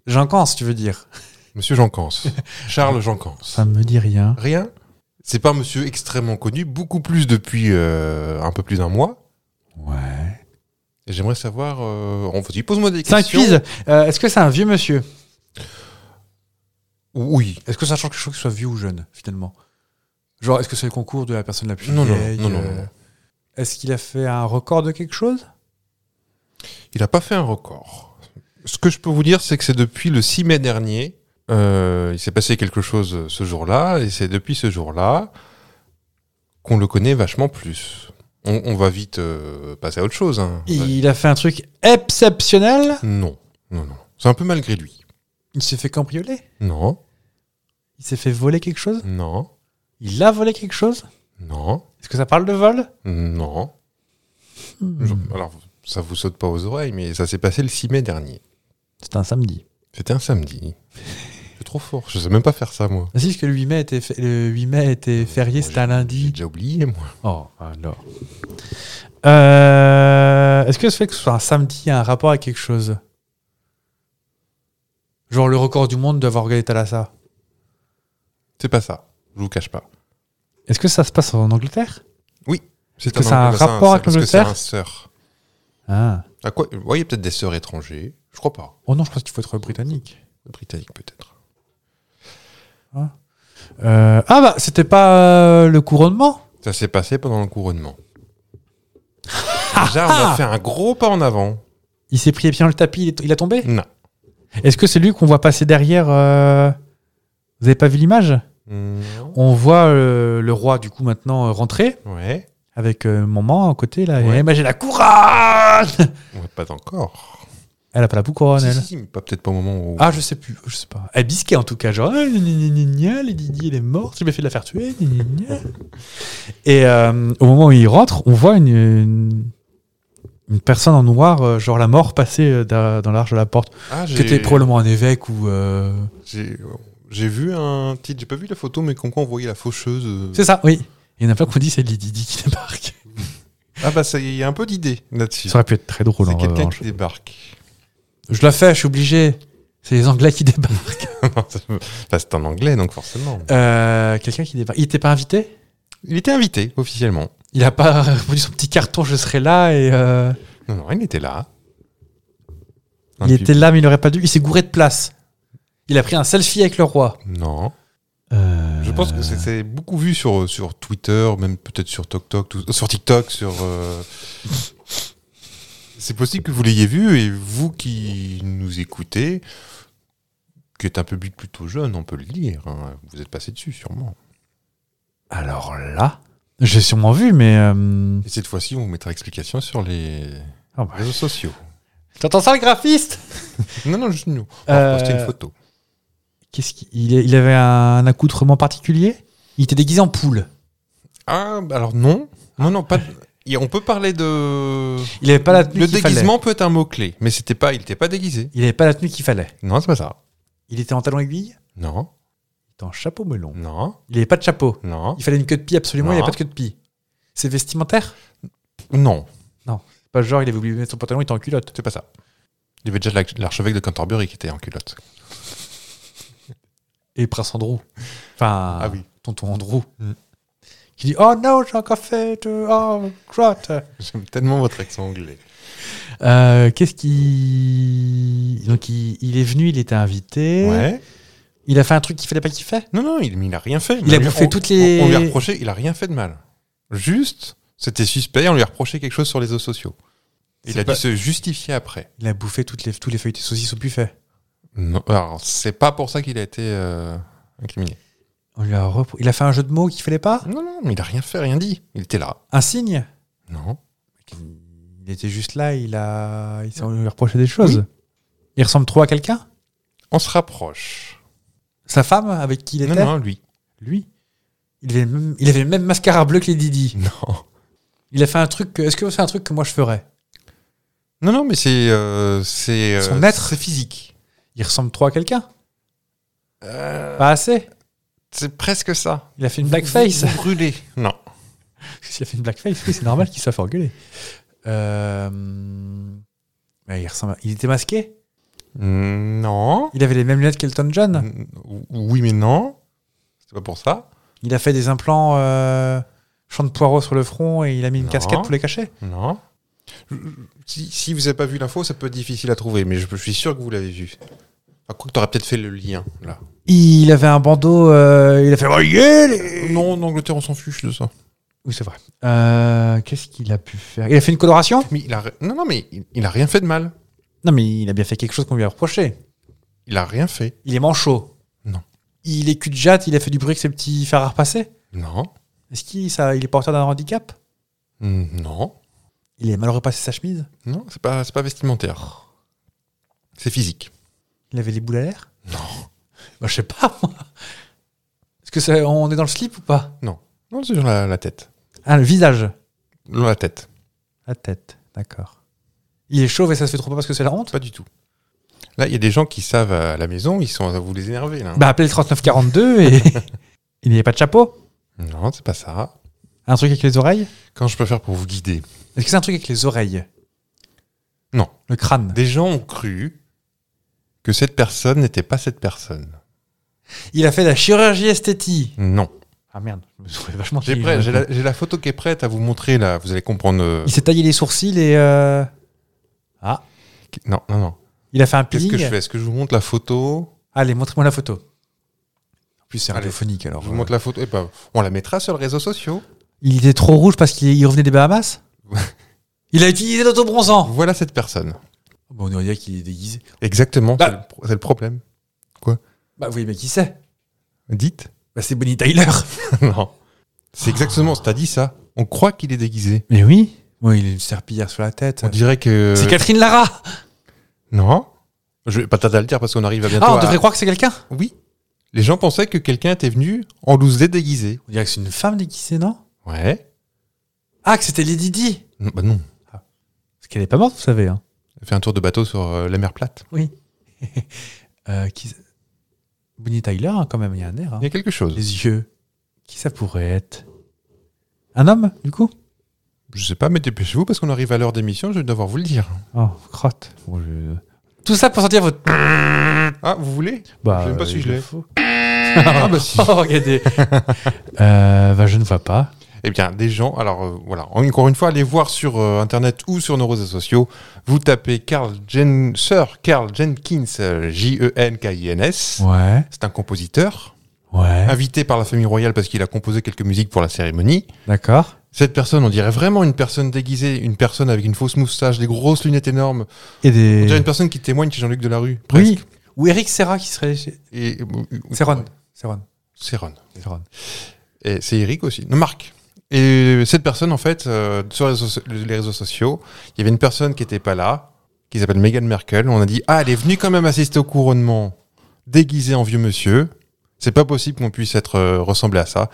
Speaker 1: J'en pense, tu veux dire.
Speaker 2: Monsieur Jenkins. Charles Jenkins.
Speaker 1: Ça me dit rien.
Speaker 2: Rien. C'est pas un monsieur extrêmement connu, beaucoup plus depuis euh, un peu plus d'un mois.
Speaker 1: Ouais.
Speaker 2: Et J'aimerais savoir. euh, on vous dit, pose-moi des
Speaker 1: C'est un
Speaker 2: questions.
Speaker 1: quiz. Euh, Est-ce que c'est un vieux monsieur
Speaker 2: Oui.
Speaker 1: Est-ce que ça change quelque chose qu'il soit vieux ou jeune, finalement Genre, est-ce que c'est le concours de la personne la plus
Speaker 2: Non, non,
Speaker 1: vieille
Speaker 2: non, non, non,
Speaker 1: euh,
Speaker 2: non.
Speaker 1: Est-ce qu'il a fait un record de quelque chose
Speaker 2: Il n'a pas fait un record. Ce que je peux vous dire, c'est que c'est depuis le 6 mai dernier. euh, il s'est passé quelque chose euh, ce jour-là, et c'est depuis ce jour-là qu'on le connaît vachement plus. On, on va vite euh, passer à autre chose. hein. On va-
Speaker 1: Il a fait un truc exceptionnel
Speaker 2: Non, non, non. C'est un peu malgré lui.
Speaker 1: Il s'est fait cambrioler
Speaker 2: Non,
Speaker 1: Il s'est fait voler quelque chose
Speaker 2: non,
Speaker 1: Il a volé quelque chose
Speaker 2: non,
Speaker 1: Est-ce que ça parle de vol
Speaker 2: non.
Speaker 1: Hmm.
Speaker 2: Je-
Speaker 1: Mm.
Speaker 2: Alors, ça vous saute pas aux oreilles, mais ça s'est passé le 6 mai dernier.
Speaker 1: C'était un samedi.
Speaker 2: C'était un samedi. Je suis trop fort, je sais même pas faire ça, moi.
Speaker 1: Ah, si, parce que le 8 mai était, fé- le 8 mai était férié,
Speaker 2: Moi,
Speaker 1: c'était un
Speaker 2: J'ai
Speaker 1: lundi.
Speaker 2: déjà oublié, moi.
Speaker 1: Oh, alors. Euh, Est-ce que ce fait que ce soit un samedi a un rapport avec quelque chose Genre le record du monde d'avoir regardé Thalassa.
Speaker 2: C'est pas ça, je vous cache pas.
Speaker 1: Est-ce que ça se passe en Angleterre
Speaker 2: C'est
Speaker 1: que ça a un
Speaker 2: Angleterre,
Speaker 1: rapport avec
Speaker 2: parce que c'est
Speaker 1: l'Angleterre
Speaker 2: un sœur.
Speaker 1: ah.
Speaker 2: À quoi Vous voyez peut-être des sœurs étrangers Je crois pas.
Speaker 1: Oh non, je pense qu'il faut être britannique.
Speaker 2: Britannique peut-être.
Speaker 1: Euh, ah bah, c'était pas euh, le couronnement
Speaker 2: Ça s'est passé pendant le couronnement. Déjà, on a fait un gros pas en avant.
Speaker 1: Il s'est pris les pieds dans le tapis, il, est- il a tombé
Speaker 2: Non.
Speaker 1: Est-ce que c'est lui qu'on voit passer derrière euh, Vous avez pas vu l'image
Speaker 2: Non.
Speaker 1: On voit euh, le roi, du coup, maintenant euh, rentrer
Speaker 2: Ouais.
Speaker 1: avec euh, maman à côté, là.
Speaker 2: Ouais.
Speaker 1: Et moi, j'ai la couronne
Speaker 2: Ouais, Pas encore.
Speaker 1: Elle a pas la couronne,
Speaker 2: Si,
Speaker 1: elle.
Speaker 2: si, si, mais pas peut-être pas au moment où.
Speaker 1: Ah, je sais plus, je sais pas. Elle bisquait en tout cas, genre, Ah, gna, gna, gna, gna, Lady Di, elle est morte, j'ai bien fait de la faire tuer. gna, gna, gna. Et euh, au moment où il rentre, on voit une, une, une personne en noir, euh, genre la mort, passer euh, da- dans l'arche de la porte,
Speaker 2: Ah,
Speaker 1: qui était probablement un évêque ou. euh,
Speaker 2: J'ai j'ai vu un titre, j'ai pas vu la photo, mais comme quoi on voyait la faucheuse. euh,
Speaker 1: C'est ça, oui. Il y en a plein qu'on dit c'est Lady Di qui débarque.
Speaker 2: Ah bah ça y est, il y a un peu d'idée là-dessus.
Speaker 1: Ça aurait pu être très drôle hein,
Speaker 2: C'est
Speaker 1: en
Speaker 2: quelqu'un
Speaker 1: revanche.
Speaker 2: qui débarque.
Speaker 1: Je la fais, je suis obligé. C'est les Anglais qui débarquent.
Speaker 2: Enfin, bah, c'est en anglais, donc forcément.
Speaker 1: Euh, Quelqu'un qui débarque. Il était pas invité
Speaker 2: Il était invité officiellement.
Speaker 1: Il a pas répondu son petit carton, je serai là et. euh,
Speaker 2: Non, non, il était là. Un
Speaker 1: Il
Speaker 2: pub-
Speaker 1: était là, mais il n'aurait pas dû. Il s'est gouré de place. Il a pris un selfie avec le roi.
Speaker 2: Non. Je pense que c'est- c'est beaucoup vu sur, sur Twitter, même peut-être sur TikTok, tout- sur TikTok, sur. euh, C'est possible que vous l'ayez vu et vous qui nous écoutez, qui êtes un public plutôt jeune, on peut le lire. hein, Vous êtes passé dessus sûrement.
Speaker 1: Alors là, j'ai sûrement vu, mais. euh,
Speaker 2: Et cette fois-ci, on vous mettra explication sur les
Speaker 1: ah bah.
Speaker 2: réseaux sociaux.
Speaker 1: T'entends ça, le graphiste
Speaker 2: Non, non, juste nous. On va
Speaker 1: Euh,
Speaker 2: poster une photo.
Speaker 1: Qu'est-ce qu'il il est- il avait un accoutrement particulier Il était déguisé en poule.
Speaker 2: Ah, bah alors non. Non, non, pas. de- Et On peut parler de.
Speaker 1: Il avait pas la tenue
Speaker 2: Le
Speaker 1: qu'il fallait.
Speaker 2: déguisement peut être un mot-clé, mais c'était pas, il n'était pas déguisé.
Speaker 1: Il avait pas la tenue qu'il fallait.
Speaker 2: Non, c'est pas ça.
Speaker 1: Il était en talon aiguille
Speaker 2: Non,
Speaker 1: Il était en chapeau melon.
Speaker 2: non,
Speaker 1: Il avait pas de chapeau.
Speaker 2: non,
Speaker 1: Il fallait une queue de pie absolument. Il n'y
Speaker 2: Non.
Speaker 1: avait pas de queue de pie. C'est vestimentaire
Speaker 2: non,
Speaker 1: Pas genre, il avait oublié de mettre son pantalon, il était en culotte.
Speaker 2: c'est pas ça. Il y avait déjà l'arch- l'archevêque de Canterbury qui était en culotte.
Speaker 1: Et Prince Andrew. Enfin.
Speaker 2: oui.
Speaker 1: tonton Andrew,
Speaker 2: Mm.
Speaker 1: qui dit Oh non, j'ai encore fait de. Oh, crotte
Speaker 2: J'aime tellement votre accent anglais.
Speaker 1: Euh, Qu'est-ce qui. Donc, il, il est venu, il était invité.
Speaker 2: Ouais.
Speaker 1: Il a fait un truc qu'il fallait pas qu'il fasse
Speaker 2: Non, non, il, il a rien fait.
Speaker 1: Il a
Speaker 2: On lui-
Speaker 1: bouffé
Speaker 2: on-
Speaker 1: toutes les-
Speaker 2: On, on lui a reproché, il a rien fait de mal. Juste, c'était suspect, on lui a reproché quelque chose sur les réseaux sociaux. Il
Speaker 1: C'est
Speaker 2: a
Speaker 1: pas-
Speaker 2: dû se justifier après.
Speaker 1: Il a bouffé toutes les, tous les feuilletés saucisses au buffet.
Speaker 2: Non, alors, c'est pas pour ça qu'il a été euh, incriminé.
Speaker 1: On lui a repro- Il a fait un jeu de mots qu'il fallait pas
Speaker 2: Non, non, mais il a rien fait, rien dit. Il était là.
Speaker 1: Un signe
Speaker 2: Non.
Speaker 1: Il était juste là, il a. Il s'est- on lui a reproché des choses. Il ressemble trop à quelqu'un
Speaker 2: On se rapproche.
Speaker 1: Sa femme avec qui il
Speaker 2: Non,
Speaker 1: était
Speaker 2: non, lui.
Speaker 1: Lui il avait, le même, il avait le même mascara bleu que les Didi.
Speaker 2: Non.
Speaker 1: Il a fait un truc. que- Est-ce que c'est un truc que moi je ferais
Speaker 2: Non, non, mais c'est. euh, c'est euh,
Speaker 1: Son être
Speaker 2: C'est physique.
Speaker 1: Il ressemble trop à quelqu'un
Speaker 2: Euh,
Speaker 1: Pas assez
Speaker 2: c'est presque ça.
Speaker 1: Il a fait une blackface
Speaker 2: Brûlé. Non.
Speaker 1: S'il a fait une blackface, oui, c'est normal qu'il soit fait engueuler. Euh, mais il, ressemble à- il était masqué
Speaker 2: Non.
Speaker 1: Il avait les mêmes lunettes qu'Elton
Speaker 2: Mm.
Speaker 1: John
Speaker 2: Oui, mais non. C'est pas pour ça.
Speaker 1: Il a fait des implants euh, champ de poireaux sur le front et il a mis une
Speaker 2: Non.
Speaker 1: casquette pour les cacher
Speaker 2: Non. Je- je- Si, si vous n'avez pas vu l'info, ça peut être difficile à trouver, mais je, je suis sûr que vous l'avez vu. Enfin, quoi que t'aurais peut-être fait le lien, là.
Speaker 1: Il avait un bandeau, euh, il a fait Oh yeah, les-
Speaker 2: Euh, Non, en Angleterre, on s'en fiche de ça.
Speaker 1: Oui, c'est vrai. Euh, Qu'est-ce qu'il a pu faire Il a fait une coloration
Speaker 2: Mais il a, ri- non, non, mais il, il a rien fait de mal.
Speaker 1: Non, mais il a bien fait quelque chose qu'on lui a reproché.
Speaker 2: Il a rien fait.
Speaker 1: Il est manchot
Speaker 2: Non.
Speaker 1: Il est cul de jatte, il a fait du bruit avec ses petits fers à repasser
Speaker 2: Non.
Speaker 1: Est-ce qu'il ça- il est porteur d'un handicap
Speaker 2: Mm, Non.
Speaker 1: Il est mal repassé sa chemise
Speaker 2: Non, c'est pas, c'est pas vestimentaire. C'est physique.
Speaker 1: Il avait les boules à l'air Non. Bah, je sais pas, moi. Est-ce que ça, on est dans le slip ou pas
Speaker 2: Non, c'est genre la, la tête.
Speaker 1: Ah, le visage.
Speaker 2: Non, La tête.
Speaker 1: La tête, d'accord. Il est chauve et ça se fait trop pas parce que c'est la honte
Speaker 2: Pas du tout. Là, il y a des gens qui savent à la maison, ils sont à vous les énerver, là. hein.
Speaker 1: Bah, appelez le 3942 et. il n'y a pas de chapeau
Speaker 2: Non, c'est pas ça.
Speaker 1: Un truc avec les oreilles
Speaker 2: Quand je peux faire pour vous guider
Speaker 1: Est-ce que c'est un truc avec les oreilles
Speaker 2: Non.
Speaker 1: Le crâne.
Speaker 2: Des gens ont cru que cette personne n'était pas cette personne.
Speaker 1: Il a fait la chirurgie esthétique.
Speaker 2: Non.
Speaker 1: Ah merde, je me trouvais vachement
Speaker 2: J'ai
Speaker 1: timide,
Speaker 2: prêt-
Speaker 1: hein.
Speaker 2: j'ai la, j'ai la photo qui est prête à vous montrer là. Vous allez comprendre. euh,
Speaker 1: Il s'est taillé les sourcils et. euh,
Speaker 2: qui- Non, non, non.
Speaker 1: Il a fait un
Speaker 2: Qu'est-ce
Speaker 1: peeling.
Speaker 2: que je fais Est-ce que je vous montre la photo
Speaker 1: Allez, montrez-moi la photo. En plus, c'est
Speaker 2: Allez,
Speaker 1: radiophonique alors.
Speaker 2: Je vous
Speaker 1: euh,
Speaker 2: montre la photo. Eh ben, on la mettra sur les réseaux sociaux.
Speaker 1: Il était trop rouge parce qu'il il revenait des Bahamas Il a utilisé l'autobronzant
Speaker 2: Voilà cette personne.
Speaker 1: Bon, Oh, bah, on aurait dit qu'il est déguisé.
Speaker 2: Exactement.
Speaker 1: Bah-
Speaker 2: c'est le pro- C'est le, problème.
Speaker 1: Bah oui, mais qui c'est
Speaker 2: Dites.
Speaker 1: Bah c'est Bonnie Tyler
Speaker 2: non. C'est exactement. T'as dit ça. On croit qu'il est déguisé.
Speaker 1: Mais oui Oui, il a une serpillière sur la tête. Euh,
Speaker 2: On dirait que.
Speaker 1: C'est Catherine Lara
Speaker 2: Non. Je vais pas tarder à le dire parce qu'on arrive à bientôt.
Speaker 1: Ah, on
Speaker 2: à-
Speaker 1: devrait croire que c'est quelqu'un
Speaker 2: Oui. Les gens pensaient que quelqu'un était venu en loose dé déguisé.
Speaker 1: On dirait que c'est une femme déguisée, non
Speaker 2: Ouais.
Speaker 1: Ah, que c'était Lady Di
Speaker 2: Non, Bah non.
Speaker 1: Parce qu'elle est pas morte, vous savez. Hein.
Speaker 2: Elle fait un tour de bateau sur euh, la mer plate.
Speaker 1: Euh, qui... Bonnie Tyler, hein, quand même, il y a un air. hein.
Speaker 2: Il y a quelque chose.
Speaker 1: Les yeux. Qui ça pourrait être Un homme, du coup
Speaker 2: Je sais pas, mais dépêchez-vous parce qu'on arrive à l'heure d'émission, je vais devoir vous le dire.
Speaker 1: Oh, crotte. Bon, je- Tout ça pour sortir votre...
Speaker 2: Ah, vous voulez
Speaker 1: Bah,
Speaker 2: Je sais pas
Speaker 1: euh,
Speaker 2: si je
Speaker 1: il
Speaker 2: l'ai.
Speaker 1: le faut.
Speaker 2: Ah bah si.
Speaker 1: Oh, regardez. Euh, bah, je ne vois pas.
Speaker 2: Eh bien, des gens, alors euh, voilà, encore une fois, allez voir sur euh, Internet ou sur nos réseaux sociaux. Vous tapez Carl Jen... Sir Carl Jenkins, euh, J-E-N-K-I-N-S.
Speaker 1: Ouais.
Speaker 2: C'est un compositeur,
Speaker 1: Ouais.
Speaker 2: invité par la famille royale parce qu'il a composé quelques musiques pour la cérémonie.
Speaker 1: D'accord.
Speaker 2: Cette personne, on dirait vraiment une personne déguisée, une personne avec une fausse moustache, des grosses lunettes énormes.
Speaker 1: Et
Speaker 2: On
Speaker 1: des.
Speaker 2: dirait une personne qui témoigne chez Jean-Luc Delarue.
Speaker 1: oui.
Speaker 2: Presque.
Speaker 1: Ou Eric Serra qui serait. chez-
Speaker 2: Et... euh,
Speaker 1: C'est Ron. C'est Ron.
Speaker 2: C'est Ron.
Speaker 1: C'est Ron.
Speaker 2: Et c'est Eric aussi. Non, Marc. Et cette personne, en fait, euh, sur les réseaux, les réseaux sociaux, il y avait une personne qui n'était pas là, qui s'appelle Meghan Merkel. On a dit Ah, elle est venue quand même assister au couronnement, déguisée en vieux monsieur. C'est pas possible qu'on puisse être euh, ressemblé à ça.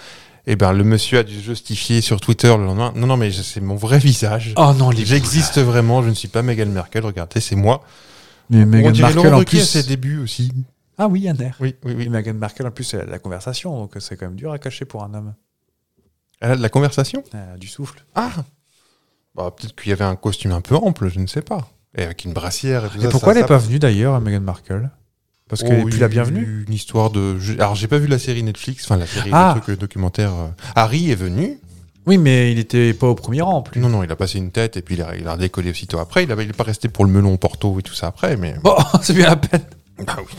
Speaker 2: Et ben, le monsieur a dû se justifier sur Twitter le lendemain. Non, non, mais je- c'est mon vrai visage.
Speaker 1: Oh non, les.
Speaker 2: J'existe vraiment, je ne suis pas Meghan Merkel. Regardez, c'est moi.
Speaker 1: Mais
Speaker 2: on
Speaker 1: Meghan
Speaker 2: dirait
Speaker 1: Markle
Speaker 2: Laurent
Speaker 1: en
Speaker 2: Ruquier à ses
Speaker 1: plus.
Speaker 2: débuts aussi.
Speaker 1: Ah oui, un air.
Speaker 2: Oui, oui,
Speaker 1: Et
Speaker 2: oui.
Speaker 1: Meghan Markle en plus, elle a de la conversation, donc c'est quand même dur à cacher pour un homme.
Speaker 2: Elle a de la conversation.
Speaker 1: Elle a du souffle.
Speaker 2: Ah bah, Peut-être qu'il y avait un costume un peu ample, je ne sais pas. Et avec une brassière et tout
Speaker 1: Et
Speaker 2: ça,
Speaker 1: pourquoi
Speaker 2: ça,
Speaker 1: elle n'est
Speaker 2: ça-
Speaker 1: pas venue d'ailleurs, Meghan Markle Parce
Speaker 2: Oh,
Speaker 1: qu'elle est
Speaker 2: oui,
Speaker 1: plus la bienvenue.
Speaker 2: Une histoire de. je- Alors, j'ai pas vu la série Netflix, enfin la série,
Speaker 1: Ah.
Speaker 2: le truc euh, documentaire. euh, Harry est venu.
Speaker 1: Oui, mais il était pas au premier rang en plus.
Speaker 2: Non, non, il a passé une tête et puis il a, il a décollé aussitôt après. Il n'est pas resté pour le melon Porto et tout ça après, mais.
Speaker 1: Bon, c'est bien la peine.
Speaker 2: Bah oui.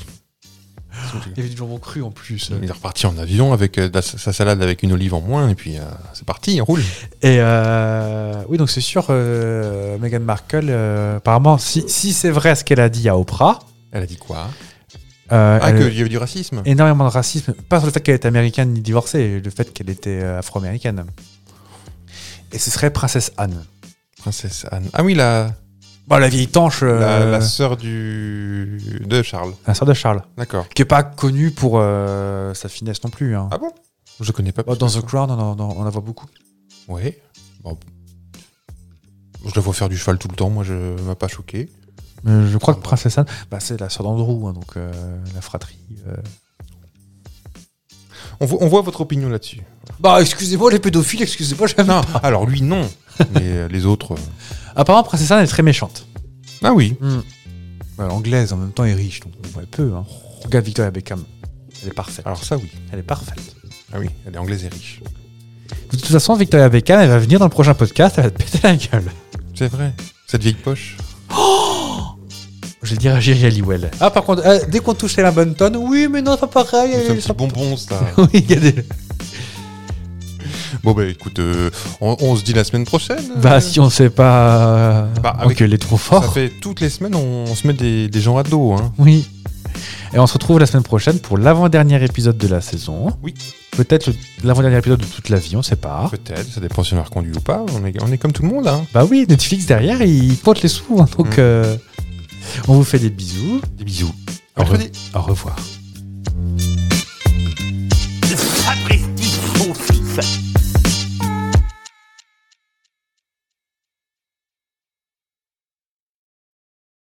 Speaker 1: Il y avait du jambon cru en plus.
Speaker 2: Il est reparti en avion avec euh, da- sa salade avec une olive en moins, et puis euh, c'est parti, il roule.
Speaker 1: Et euh, oui, donc c'est sûr, euh, Meghan Markle, euh, apparemment, si, si c'est vrai ce qu'elle a dit à Oprah,
Speaker 2: Elle a dit quoi
Speaker 1: euh,
Speaker 2: Ah,
Speaker 1: elle-
Speaker 2: qu'il y avait du racisme
Speaker 1: énormément de racisme, pas sur le fait qu'elle était américaine ni divorcée, le fait qu'elle était euh, afro-américaine. Et ce serait Princesse Anne.
Speaker 2: Princesse Anne. Ah oui, la,
Speaker 1: Bon, la vieille tanche, euh,
Speaker 2: la,
Speaker 1: la,
Speaker 2: la sœur du, de Charles.
Speaker 1: sœur de Charles,
Speaker 2: D'accord.
Speaker 1: qui est pas connue pour euh, sa finesse non plus. hein.
Speaker 2: Ah bon Je connais pas.
Speaker 1: Bah, dans The Crown, on, en- on la voit beaucoup.
Speaker 2: Ouais. Bon. Je la vois faire du cheval tout le temps, moi, je m'a pas choqué.
Speaker 1: Mais Euh, je crois que Princesse Anne, bah, c'est la sœur d'Andrew, hein, donc euh, la fratrie. euh.
Speaker 2: On, vo- on voit votre opinion là-dessus.
Speaker 1: Bah, excusez-moi les pédophiles, excusez-moi, j'aime
Speaker 2: Non, alors lui, non. Mais euh, les autres. euh,
Speaker 1: Apparemment, Princesse Anne est très méchante.
Speaker 2: Ah oui.
Speaker 1: Bah, L'anglaise en même temps est riche, donc bon, elle peut. Hein. Regarde Victoria Beckham. Elle est parfaite.
Speaker 2: Alors ça, oui.
Speaker 1: Elle est parfaite.
Speaker 2: Ah oui, elle est anglaise et riche.
Speaker 1: De toute façon, Victoria Beckham, elle va venir dans le prochain podcast, elle va te péter la gueule.
Speaker 2: C'est vrai. Cette vieille poche.
Speaker 1: Je vais dire à Jerry Halliwell. Ah, par contre, euh, dès qu'on touche la bonne tonne, oui, mais non, c'est pas pareil.
Speaker 2: C'est
Speaker 1: elle
Speaker 2: un
Speaker 1: est
Speaker 2: petit bonbon, ça.
Speaker 1: Oui, regardez.
Speaker 2: bon, bah écoute, euh, on, on se dit la semaine prochaine.
Speaker 1: Bah, si on sait pas. euh,
Speaker 2: Bah,
Speaker 1: ok,
Speaker 2: avec-
Speaker 1: elle est trop
Speaker 2: Ça
Speaker 1: fort.
Speaker 2: fait toutes les semaines, on, on se met des, des gens à dos. Hein.
Speaker 1: Oui. Et on se retrouve la semaine prochaine pour l'avant-dernier épisode de la saison.
Speaker 2: Oui.
Speaker 1: Peut-être le- l'avant-dernier épisode de toute la vie, on sait pas.
Speaker 2: Peut-être, ça dépend si on a reconduit ou pas. On est, on est comme tout le monde. Hein.
Speaker 1: Bah oui, Netflix derrière, il compte les sous. hein, donc,
Speaker 2: Mm.
Speaker 1: euh, on vous fait des bisous.
Speaker 2: Des bisous.
Speaker 1: Au revoir.
Speaker 2: Mercredi.
Speaker 1: Au revoir.
Speaker 4: de sapristi, mon fils.